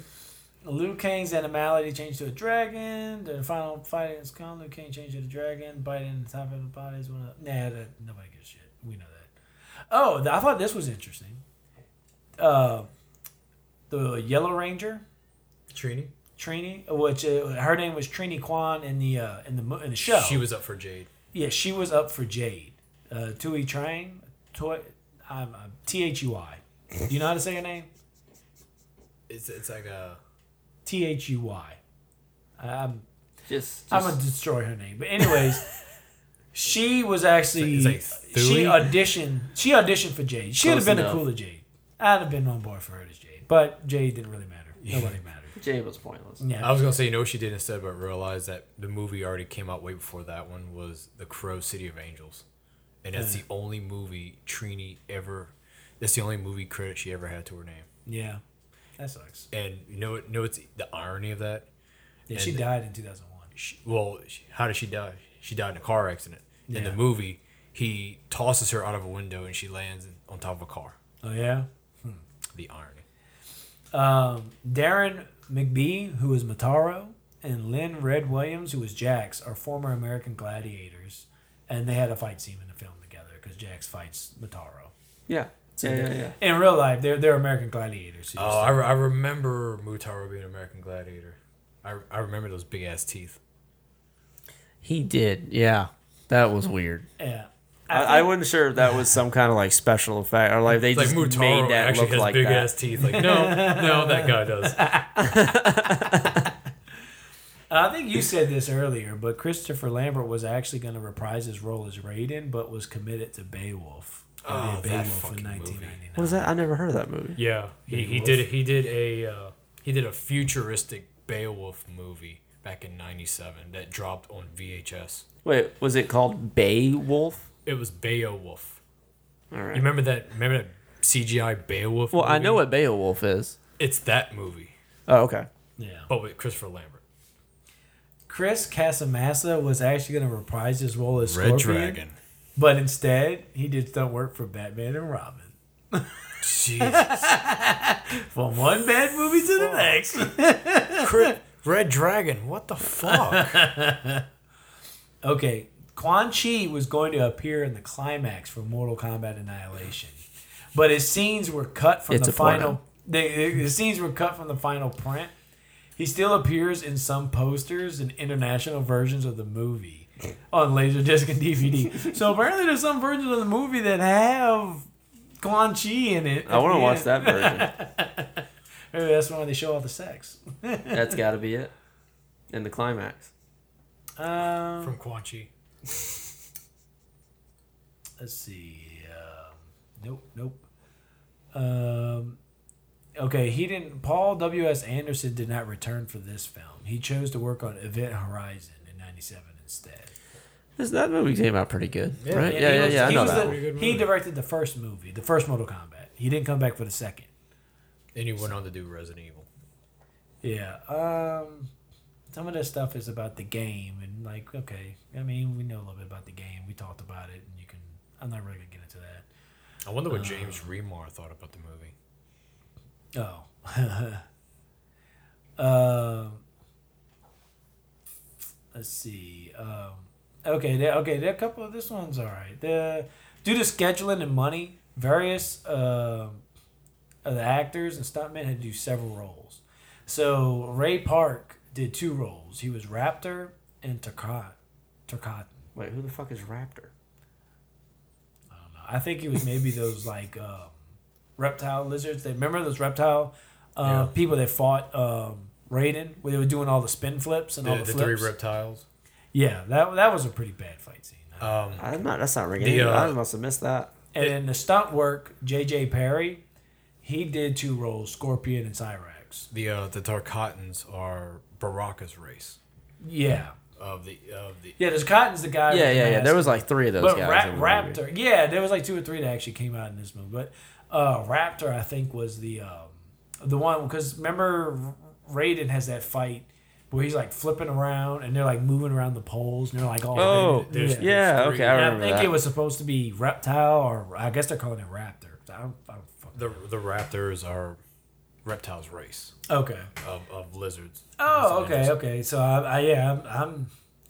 S3: Liu Kang's animality changed to a dragon. The final fight against Khan, Liu Kang changed to a dragon, biting the top of the body. Is one of the, nah, that, nobody gives a shit. We know that. Oh, th- I thought this was interesting. Uh, the Yellow Ranger
S4: Trini.
S3: Trini, which uh, her name was Trini Kwan in the uh, in the mo- in the show.
S4: She was up for Jade.
S3: yeah, she was up for Jade. Uh, Tui Trang, Toi, I'm T H U I. Do you know how to say her name?
S4: It's it's like uh, a
S3: T H U I. I'm
S5: Just,
S3: I'm
S5: just-
S3: gonna destroy her name. But
S4: (laughs)
S3: anyways, she was actually
S4: It's like- it's like
S3: she
S4: Thuy?
S3: auditioned. She auditioned for Jade. She would have
S5: Close
S3: been a
S5: enough.
S3: cooler Jade. I'd have been on board for her as Jade, but Jade didn't really matter. Nobody mattered.
S5: Jay was pointless.
S3: Yeah.
S4: I was gonna say you know what she did instead, but realized that the movie already came out way before that one was The Crow City of Angels, and that's the only movie Trini ever. That's the only movie credit she ever had to her name.
S3: yeah, that sucks.
S4: And you know what? Know it's the irony of that.
S3: Yeah,
S4: And
S3: she
S4: the-
S3: died in 2001.
S4: She, well, she, how did she die? She died in a car accident. In the
S3: Yeah.
S4: movie, he tosses her out of a window and she lands on top of a car.
S3: Oh yeah.
S4: The irony.
S3: Um, Darren McBee, who is Mataro, and Lynn Red Williams, who is Jax, are former American gladiators, and they had a fight scene in the film together because Jax fights Mataro.
S5: Yeah. Yeah, yeah, yeah.
S3: In real life, they're they're American gladiators.
S4: Oh, I, re- I remember Mutaro being an American Gladiator. I, I remember those big ass teeth.
S5: He did. Yeah. That was weird.
S3: Yeah.
S5: I, I, wasn't sure if that was some kind of like special effect or like they
S4: like
S5: just
S4: Mutaro
S5: made that
S4: actually
S5: look
S4: has
S5: like
S4: big
S5: that.
S4: ass teeth. Like no, no, that guy
S5: (laughs)
S4: does.
S3: I think you said this earlier, but Christopher Lambert was actually going to reprise his role as Raiden, but was committed to Beowulf.
S4: Oh,
S3: He did
S4: that
S3: Beowulf
S4: fucking
S3: in
S4: movie.
S3: 1999.
S5: What was that? I never heard of that movie.
S4: Yeah, he, he
S3: Beowulf.
S4: did he did a uh, he did a futuristic Beowulf movie back in '97 that dropped on VHS.
S5: Wait, was it called Beowulf?
S4: It was Beowulf.
S5: All right.
S4: You remember that? Remember that CGI Beowulf?
S5: Well, I
S4: movie?
S5: know what Beowulf is.
S4: It's that movie,
S5: Oh, okay.
S3: Yeah.
S4: but with Christopher Lambert.
S3: Chris Casamassa was actually going to reprise his role as
S4: Red
S3: Scorpion,
S4: Dragon.
S3: but instead he did stunt work for Batman and Robin.
S4: Jesus.
S3: From one bad movie to the next.
S4: Cri- (laughs) Red Dragon. What the (laughs) fuck?
S3: (laughs) Okay, Quan Chi was going to appear in the climax for Mortal Kombat Annihilation, but his scenes were cut from
S5: It's
S3: the
S5: a porno.
S3: final. They, they- his scenes were cut from the final print. He still appears in some posters and international versions of the movie on Laserdisc and (laughs) DVD. so apparently, there's some versions of the movie that have Quan Chi in it.
S5: I want to
S3: Yeah.
S5: watch that version.
S3: Maybe that's when they show all the sex.
S5: That's got to be it. In the climax.
S3: Um,
S4: From Quan Chi.
S3: let's see. Um, nope, nope. Um, okay, he didn't. Paul W. S. Anderson did not return for this film. He chose to work on Event Horizon in '97 instead.
S5: This, that movie came out pretty good,
S3: And
S5: right? (laughs)
S3: he
S5: Yeah, yeah,
S3: was-
S5: yeah. I
S3: he
S5: know
S3: was
S5: that.
S3: the-
S5: one.
S4: Pretty good
S3: He
S4: movie.
S3: directed the first movie, the first Mortal Kombat. He didn't come back for the second.
S4: And he went on to do Resident Evil.
S3: Yeah. Um, some of this stuff is about the game, and like, okay, I mean, we know a little bit about the game. We talked about it, and you can. I'm not really gonna get into that.
S4: I wonder what James Remar thought about the movie.
S3: Oh. (laughs) um, let's see. Um, okay, there, okay, there are a couple of this one's all right. The due to scheduling and money, various um of the actors and stuntmen had to do several roles. So Ray Park did two roles. He was Raptor and Turcot. Turcot.
S5: Wait, who the fuck is Raptor?
S3: I think it was maybe those like um, reptile lizards. They remember those reptile uh, people that fought um, Raiden, where they were doing all the spin flips and
S4: The,
S3: all the,
S4: the three
S3: flips.
S4: reptiles.
S3: yeah, that that was a pretty bad fight scene.
S4: Um,
S5: I'm not. That's not ringing.
S4: The,
S5: any- I
S4: uh,
S5: must have missed that.
S3: And in the stunt work, J.J. Perry, he did two roles, Scorpion and Cyrax.
S4: the uh, the Tarkatans are Baraka's race
S3: Yeah,
S4: of the of the.
S3: yeah. There's Cotton's the guy.
S5: Yeah,
S3: with the
S5: yeah, yeah.
S3: mask.
S5: There was like three of those
S3: But
S5: guys. in the
S3: Rap-
S5: movie.
S3: Raptor, yeah, there was like two or three that actually came out in this movie. But uh, Raptor, I think, was the um, the one because remember Raiden has that fight where he's like flipping around and they're like moving around the poles and they're like all
S5: Oh,
S3: yeah.
S4: there's-
S5: yeah.
S4: three.
S5: Okay,
S3: And
S5: I
S3: I,
S5: remember
S3: think
S5: that.
S3: it was supposed to be reptile or I guess they're calling it Raptor. I don't, I don't fucking
S4: The the raptors are reptiles race
S3: okay.
S4: of, of lizards.
S3: Oh,
S4: Lizard
S3: okay,
S4: lizards.
S3: okay. So I, I yeah, I'm, I'm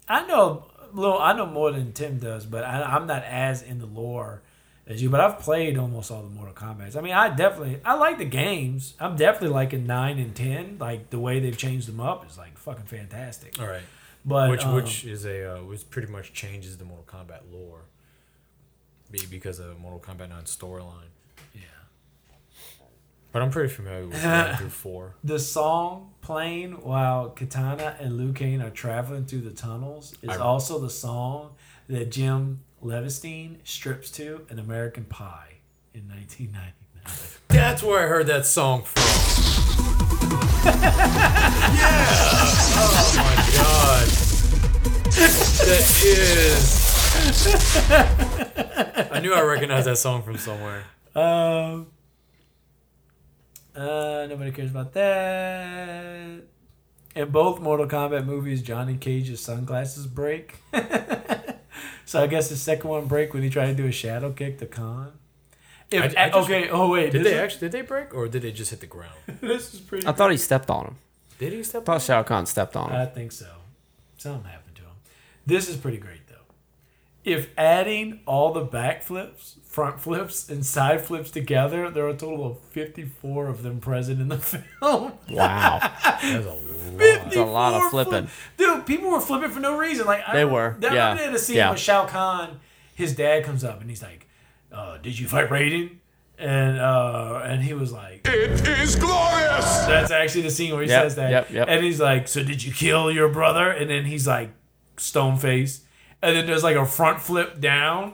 S3: I know a little, I know more than Tim does, but I, I'm not as in the lore as you. But I've played almost all the Mortal Kombat's. I mean, I definitely I like the games. I'm definitely liking nine and ten. Like the way they've changed them up is like fucking fantastic.
S4: All right.
S3: But
S4: which
S3: um,
S4: which is a uh, which pretty much changes the Mortal Kombat lore, be- because of the Mortal Kombat Nine storyline.
S3: yeah,
S4: But I'm pretty familiar with one through four.
S3: the song playing while Katana and Liu Kang are traveling through the tunnels is
S4: I-
S3: also the song that Jim Levinstein strips to in American Pie in 1999.
S4: That's where I heard that song from. (laughs) yeah. Oh my god. That is. I knew I recognized that song from somewhere.
S3: Um. Uh, nobody cares about that. In both Mortal Kombat movies, Johnny Cage's sunglasses break. (laughs) so I guess the second one break when he tried to do a shadow kick to Khan. If,
S4: I- I just-
S3: okay, oh wait,
S4: Did
S3: this
S4: they
S3: is-
S4: actually did they break or did they just hit the ground?
S3: This is pretty.
S5: I thought he stepped on him.
S4: Did he step
S5: I thought Shao Kahn stepped on him.
S3: I think so. Something happened to him. This is pretty great though. If adding all the back flips, front flips, and side flips together, there are a total of fifty-four of them present in the (laughs) film.
S5: wow.
S4: That was a lot.
S3: It's
S5: a lot of flipping.
S3: Dude, people were flipping for no reason. Like I
S5: They
S3: remember-
S5: were,
S3: That
S5: yeah,
S3: remember they had a scene
S5: yeah.
S3: with Shao Kahn. his dad comes up and he's like, uh, "Did you fight Raiden?" And uh, and he was like,
S1: "It is glorious."
S3: That's actually the scene where he
S5: Yep,
S3: says that.
S5: yep, yep.
S3: And he's like, "So did you kill your brother?" And then he's like, stone face. And then there's like a front flip down.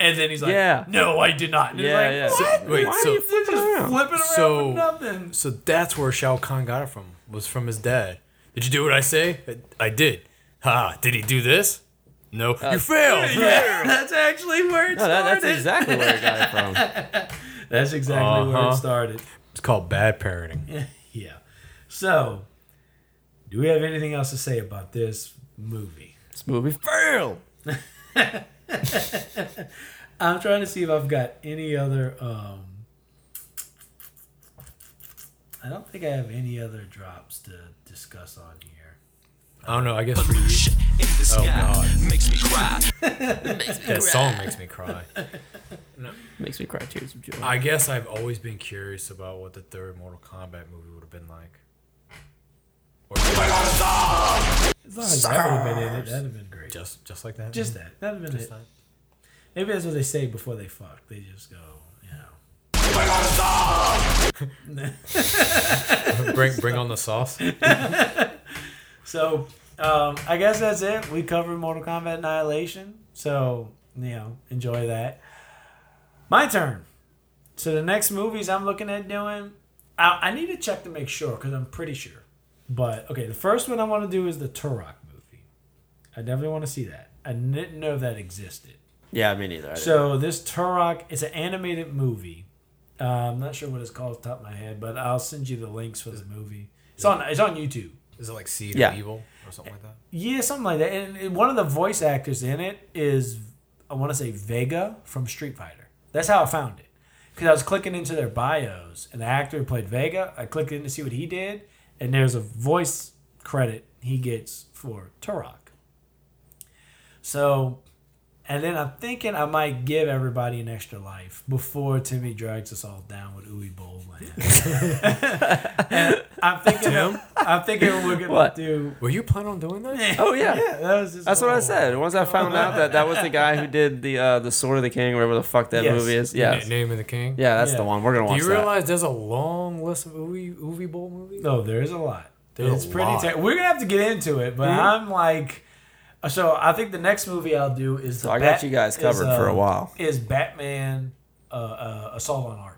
S3: And then he's like,
S5: Yeah.
S3: "No, I did not." And it's
S5: Yeah,
S3: like,
S5: yeah.
S3: "What?
S4: So- wait,
S3: Why
S4: so-
S3: are you flipping around? Flipping around
S4: so
S3: for nothing.
S4: so that's where Shao Kahn got it from. Was from his dad. Did you do what I say? I, I did. Ha! Did he do this? No. you failed.
S3: Uh, Yeah, (laughs) that's actually where it
S5: No, that,
S3: started.
S5: that's exactly where it got it from.
S3: That's exactly where
S4: Uh-huh.
S3: it started.
S4: It's called bad parenting.
S3: Yeah. So, do we have anything else to say about this movie?
S5: This movie failed.
S3: I'm trying to see if I've got any other. Um, I don't think I have any other drops to discuss on here.
S4: I don't know. I guess for you,
S2: Oh
S4: God.
S2: Makes me cry.
S3: (laughs)
S4: that song makes me cry.
S5: Makes me cry tears of joy.
S4: I guess I've always been curious about what the third Mortal Kombat movie would have been like.
S3: As long as Ah, that would have been in it, that'd have been great.
S4: Just, just like that.
S3: Just that. That'd have been it.
S4: that.
S3: Maybe that's what they say before they fuck. They just go, you know. (laughs)
S4: bring, bring on the sauce.
S3: So, um, I guess that's it. We covered Mortal Kombat Annihilation. So, you know, enjoy that. My turn. So, the next movies I'm looking at doing, I, I need to check to make sure because I'm pretty sure. But, okay, the first one I want to do is the Turok movie. I definitely want to see that. I didn't know that existed.
S5: Yeah, me neither. I didn't.
S3: So this Turok, it's an animated movie. Uh, I'm not sure what it's called off the top of my head, but I'll send you the links for the movie. It's on it's on YouTube.
S4: Is it like Seed
S5: Yeah.
S4: of Evil or something like that?
S3: Yeah, something like that. And, and one of the voice actors in it is I want to say Vega from Street Fighter. That's how I found it because I was clicking into their bios, and the actor who played Vega, I clicked in to see what he did, and there's a voice credit he gets for Turok. So and then I'm thinking I might give everybody an extra life before Timmy drags us all down with Uwe Boll.
S5: (laughs)
S3: And I'm thinking. I'm thinking we're gonna
S5: What?
S3: do.
S4: Were you planning on
S3: (laughs)
S4: doing that?
S5: Oh yeah.
S3: That was just
S5: That's what I
S3: horrible.
S5: said. Once I found out that that was the guy who did the uh, the Sword of the King, or whatever the fuck that
S3: Yes.
S5: movie is.
S4: Na-
S5: Yeah,
S4: Name of the King.
S5: yeah, that's
S3: Yeah.
S5: the one. We're gonna
S4: Do
S5: watch
S4: you
S5: that.
S4: realize there's a long list of Uwe, Uwe Boll movies?
S3: No, there is a lot.
S4: There's
S3: it's
S4: a
S3: pretty.
S4: lot.
S3: Ter- We're gonna have to get into it,
S5: Mm-hmm.
S3: but I'm like, so I think the next movie I'll do is. the
S5: I got you guys covered for a
S3: um,
S5: while.
S3: Is Batman uh, uh, Assault on Arkham?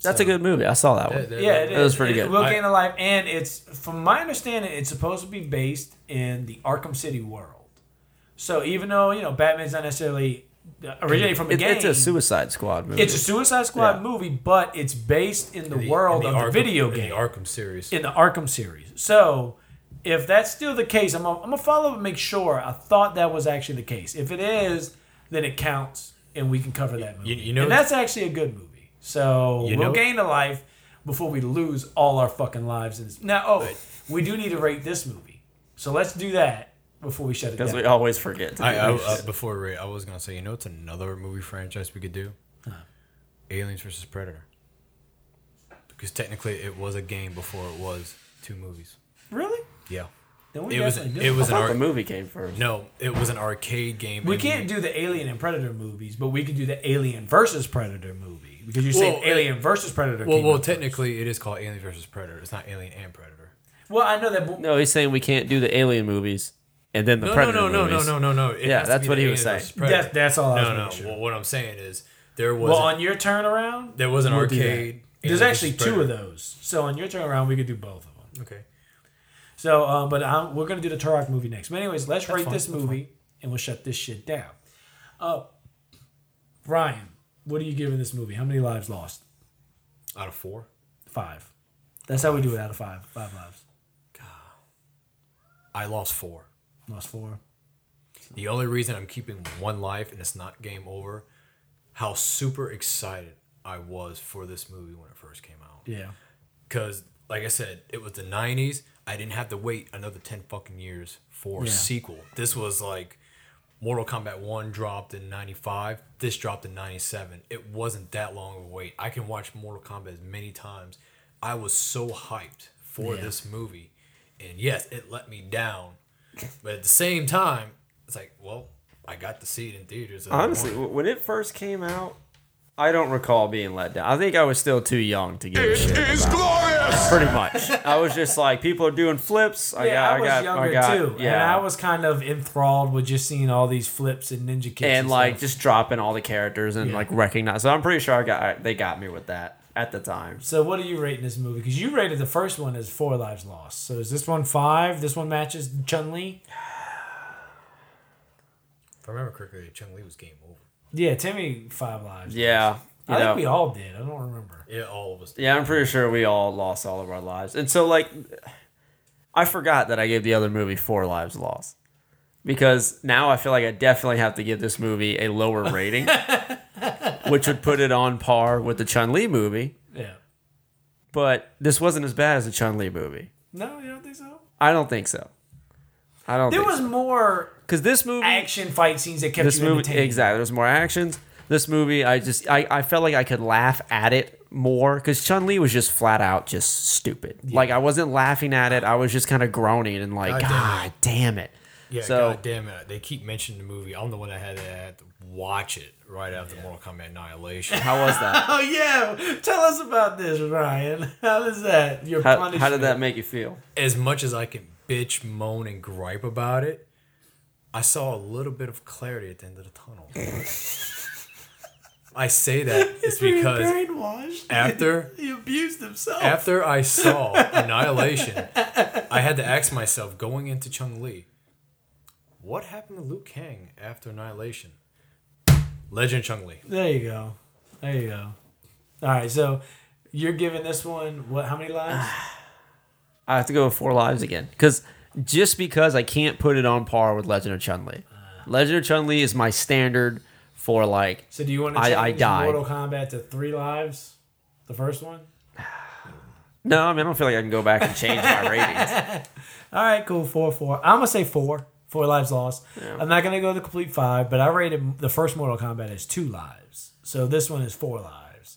S5: That's a good movie. I saw that one.
S3: Yeah, it is.
S5: It was pretty
S3: It-
S5: good.
S3: Will
S4: I-
S3: Gain a Life, and it's from my understanding, it's supposed to be based in the Arkham City world. So even though you know Batman's not necessarily originated from a
S5: It,
S3: game,
S5: it's a Suicide Squad movie.
S3: It's a Suicide Squad
S5: Yeah.
S3: movie, but it's based in the, world
S4: In
S3: of the video
S4: in
S3: game
S4: The Arkham series.
S3: in the Arkham series. So if that's still the case, I'm gonna, I'm gonna follow up and make sure. I thought that was actually the case. If it is, then it counts, and we can cover that movie.
S4: you- you know-
S3: and that's actually a good movie. So
S4: You
S3: we'll
S4: know-
S3: gain a life before we lose all our fucking lives. In this. Now, oh, we do need to rate this movie. So let's do that before we shut it
S5: because
S3: down.
S5: we always forget. To
S4: I, I,
S5: do that.
S4: uh, before Ray, I was gonna say, you know, it's another movie franchise we could do: Aliens versus Predator, because technically it was a game before it was two movies.
S3: really?
S4: Yeah,
S3: Then we
S4: it was.
S3: definitely do
S4: It was
S5: I
S4: an
S5: thought the
S4: ar-
S5: movie came first.
S4: no. It was an arcade game.
S3: We
S4: and
S3: can't do the Alien and Predator movies, but we can do the Alien versus Predator movie because you
S4: Well,
S3: said
S4: it-
S3: Alien versus Predator.
S4: Well,
S3: came
S4: well,
S3: out first.
S4: technically it is called Alien versus Predator. It's not Alien and Predator.
S3: Well, I know that. But
S5: No, he's saying we can't do the Alien movies and then the
S4: No,
S5: Predator
S4: no, no,
S5: movies.
S4: no, no, no, no, no. It
S5: Yeah,
S4: has to
S5: that's
S4: be
S5: what
S4: the
S5: he was
S4: Alien
S5: saying.
S4: versus Predator.
S3: That- that's all I was
S4: no, no.
S3: making sure.
S4: Well, what I'm saying is there was
S3: Well,
S4: a-
S3: on your turnaround,
S4: there was an
S3: we'll do that.
S4: arcade.
S3: There's
S4: Alien
S3: actually
S4: versus
S3: two of
S4: Predator.
S3: those. So on your turnaround, we could do both of them.
S4: Okay.
S3: So, um, but i we're gonna do the Turok movie next. But anyways, let's rate
S4: fine,
S3: this
S4: that's
S3: movie and we'll shut this shit down. Uh, Ryan, what are you giving this movie? How many lives lost?
S4: Out of four.
S3: Five. That's how we do it out of five. Five lives
S4: I lost four.
S3: lost. Four.
S4: The only reason I'm keeping one life and it's not game over, how super excited I was for this movie when it first came out.
S3: Yeah.
S4: Because, like I said, it was the 90s. I didn't have to wait another 10 fucking years for a
S3: Yeah.
S4: sequel. This was like Mortal Kombat 1 dropped in 95. This dropped in 97. It wasn't that long of a wait. I can watch Mortal Kombat as many times. I was so hyped for
S3: Yeah.
S4: this movie. And yes, it let me down. But at the same time, it's like, well, I got to see it in theaters. the other
S5: Honestly,
S4: morning.
S5: w- when it first came out, I don't recall being let down. I think I was still too young to give a
S3: (laughs)
S5: shit.
S1: is
S5: about it.
S1: glorious!
S5: Pretty much. I was just like, people are doing flips. I
S3: yeah, I was
S5: got, I got,
S3: younger
S5: I got,
S3: too,
S5: yeah.
S3: and I was kind of enthralled with just seeing all these flips and ninja kicks
S5: and
S3: stuff.
S5: like just dropping all the characters and
S3: Yeah.
S5: like recognize. So I'm pretty sure I got I, they got me with that at the time.
S3: So what are you rating this movie? Because you rated the first one as four lives lost. So is this one five? This one matches Chun Li.
S4: If I remember correctly, Chung Lee was game over.
S3: Yeah, Timmy five lives.
S5: Yeah,
S3: I
S5: you
S3: think
S5: know.
S3: we all did. I don't remember.
S4: Yeah, all of us.
S5: Yeah, I'm pretty sure we all lost all of our lives. And so like I forgot that I gave the other movie four lives lost. Because now I feel like I definitely have to give this movie a lower rating.
S3: (laughs)
S5: which would put it on par with the Chun Li movie.
S3: Yeah.
S5: But this wasn't as bad as the Chun Li movie.
S3: No, you don't think so?
S5: I don't think so. I don't
S3: There
S5: think
S3: was more
S5: because this movie
S3: action fight scenes that kept
S5: this
S3: you
S5: movie
S3: entertained.
S5: exactly there's more actions this movie i just i, I felt like i could laugh at it more because chun li was just flat out just stupid like i wasn't laughing at it i was just kind of groaning and like god,
S4: God damn
S5: damn it
S4: Yeah,
S5: so
S4: god damn it. They keep mentioning the movie. I'm the one that had to, had to watch it right after Mortal Kombat Annihilation.
S5: (laughs)
S4: (laughs)
S5: How was that?
S3: Oh yeah, tell us about this, Ryan. (laughs) How is that? Your
S5: how,
S3: punishment.
S5: how did that make you feel
S4: as much as I can bitch, moan, and gripe about it, I saw a little bit of clarity at the end of the tunnel. I say
S3: (laughs)
S4: that it's
S3: being
S4: because
S3: brainwashed.
S4: after
S3: (laughs) he abused himself.
S4: after
S3: (laughs)
S4: I saw Annihilation, I had to ask myself going into Chung Li, what happened to Liu Kang after Annihilation? Legend Chung Li.
S3: There you go. There you go. All right, so you're giving this one what? How many lives?
S5: (sighs) i have to go with four lives again because just because i can't put it on par with legend of chun li legend of chun li is my standard for like
S3: So do you want to change
S5: i, I died
S3: Mortal Kombat to three lives? The first one.
S5: no i mean i don't feel like i can go back and change (laughs) my ratings
S3: All right, cool. Four, four. I'm gonna say four. Four lives lost. I'm not gonna go the complete five, but I rated the first Mortal Kombat as two lives. So this one is four lives.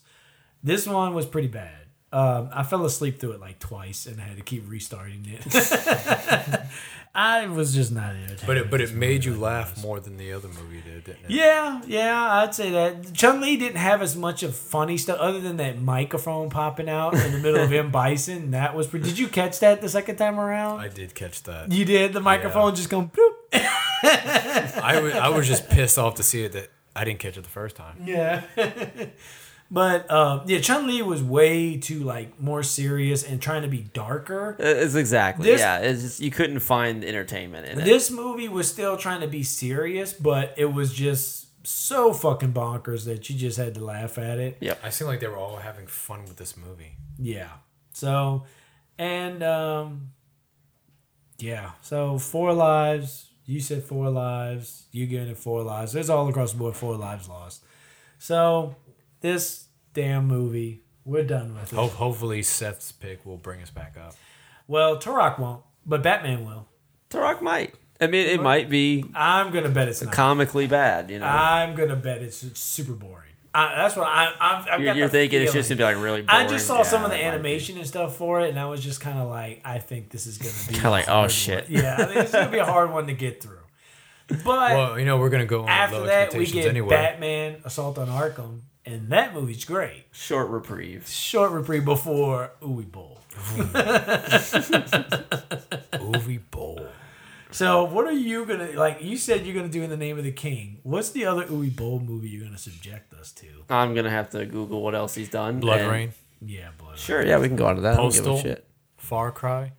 S3: This one was pretty bad. Um, I fell asleep through it like twice and I had to keep restarting it. (laughs) I was just not entertained.
S4: But it but it made you laugh more than the other movie did, didn't it?
S3: Yeah, yeah, I'd say that. Chun Li didn't have as much of funny stuff other than that microphone popping out in the middle of M Bison. That was pretty. Did you catch that the second time around?
S4: I did catch that.
S3: You did. The microphone just going bloop.
S4: I wa- I was just pissed off to see it that I didn't catch it the first time.
S3: Yeah. (laughs) but um, yeah, Chun Li was way too like more serious and trying to be darker.
S5: It's exactly
S3: This-
S5: yeah. It's just, you couldn't find entertainment in it.
S3: This movie was still trying to be serious, but it was just so fucking bonkers that you just had to laugh at it.
S5: Yep.
S4: I seem like they were all having fun with this movie.
S3: Yeah. So, and um, yeah. So four lives. You said four lives. You getting it four lives. It's all across the board. Four lives lost. So this damn movie, we're done with it.
S4: Ho- hopefully Seth's pick will bring us back up.
S3: Well, Turok won't, but Batman will.
S5: Turok might. I mean, it might be
S3: I'm gonna bet it's not.
S5: comically bad. You know,
S3: I'm gonna bet it's super boring. I, that's what I, I've, I've
S5: you're,
S3: got
S5: you're
S3: the
S5: thinking it's just
S3: feeling.
S5: gonna be like really.
S3: I
S5: Boring.
S3: just saw
S5: Yeah,
S3: some of the
S5: it might be.
S3: animation and stuff for it, and I was just kind of like, I think this is gonna be
S5: Kinda like,
S3: a
S5: oh,
S3: hard one.
S5: shit.
S3: Yeah, I think it's gonna be a hard one to get through. But
S4: Well, you know we're gonna go on
S3: after
S4: low
S3: that, we
S4: expectations
S3: get
S4: anyway.
S3: Batman Assault on Arkham, and that movie's great.
S5: Short reprieve.
S3: Short reprieve before Uwe Bowl.
S4: (laughs) Movie bowl.
S3: So, what are you gonna like? You said you're gonna do in the name of the king. What's the other Uwe Boll movie you're gonna subject us to?
S5: I'm gonna have to Google what else he's done.
S4: Blood
S5: and-
S4: Rain.
S3: Yeah, boy.
S5: Sure, yeah, we can go on to that. I
S4: Postal.
S5: don't give a shit.
S4: Far Cry.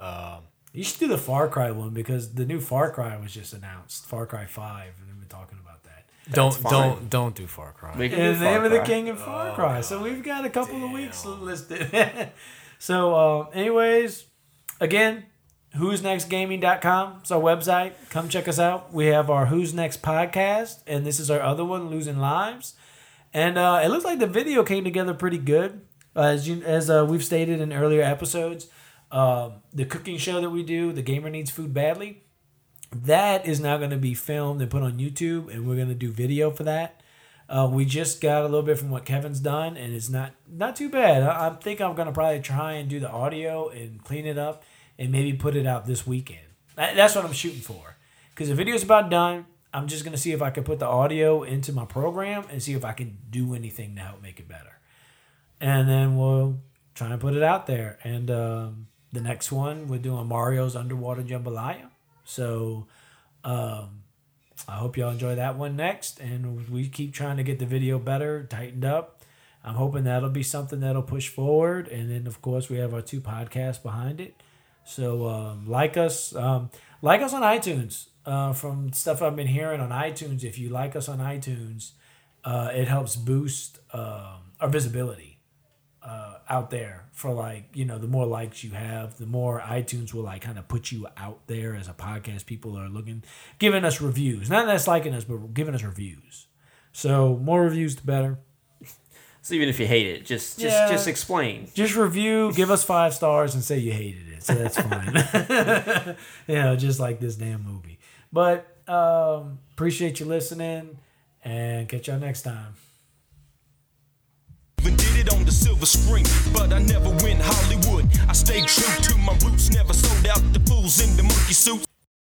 S3: Um, You should do the Far Cry one because the new Far Cry was just announced, Far Cry Five, and we've been talking about that.
S4: Don't
S5: fine.
S4: don't don't do Far Cry.
S5: We can
S3: In
S5: do
S3: the name
S5: Far
S3: of the
S5: Cry.
S3: king and Far Cry. So we've got a couple of weeks listed. (laughs) so, um, anyways, again, who's next gaming.com is our website. Come check us out. We have our Who's Next podcast, and this is our other one, Losing Lives. And uh, it looks like the video came together pretty good. Uh, as you, as uh, we've stated in earlier episodes, um, the cooking show that we do, The Gamer Needs Food Badly, that is now going to be filmed and put on YouTube, and we're going to do video for that. Uh, we just got a little bit from what Kevin's done, and it's not not too bad. I, I think I'm gonna probably try and do the audio and clean it up, and maybe put it out this weekend. That, that's what I'm shooting for, Because the video's about done. I'm just gonna see if I can put the audio into my program and see if I can do anything to help make it better. And then we'll try and put it out there. And um, the next one, we're doing Mario's underwater jambalaya. So um, I hope y'all enjoy that one next. And we keep trying to get the video better, tightened up. I'm hoping that'll be something that'll push forward. And then, of course, we have our two podcasts behind it. So um, like us, um, like us on iTunes. Uh, from stuff I've been hearing on iTunes, if you like us on iTunes, uh, it helps boost um, our visibility uh, out there. For like you know, the more likes you have, the more iTunes will like kind of put you out there as a podcast. People are looking, giving us reviews, not that's liking us, but giving us reviews. So more reviews, the better.
S5: So even if you hate it, just just
S3: Yeah.
S5: just explain.
S3: Just review, give us five stars, and say you hated it. So that's fine. (laughs) you know, just like this damn movie. But um, appreciate you listening, and catch y'all next time.
S2: Even did it on the silver screen, but I never went Hollywood. I stayed true to my roots, never sold out the fools in the monkey suits.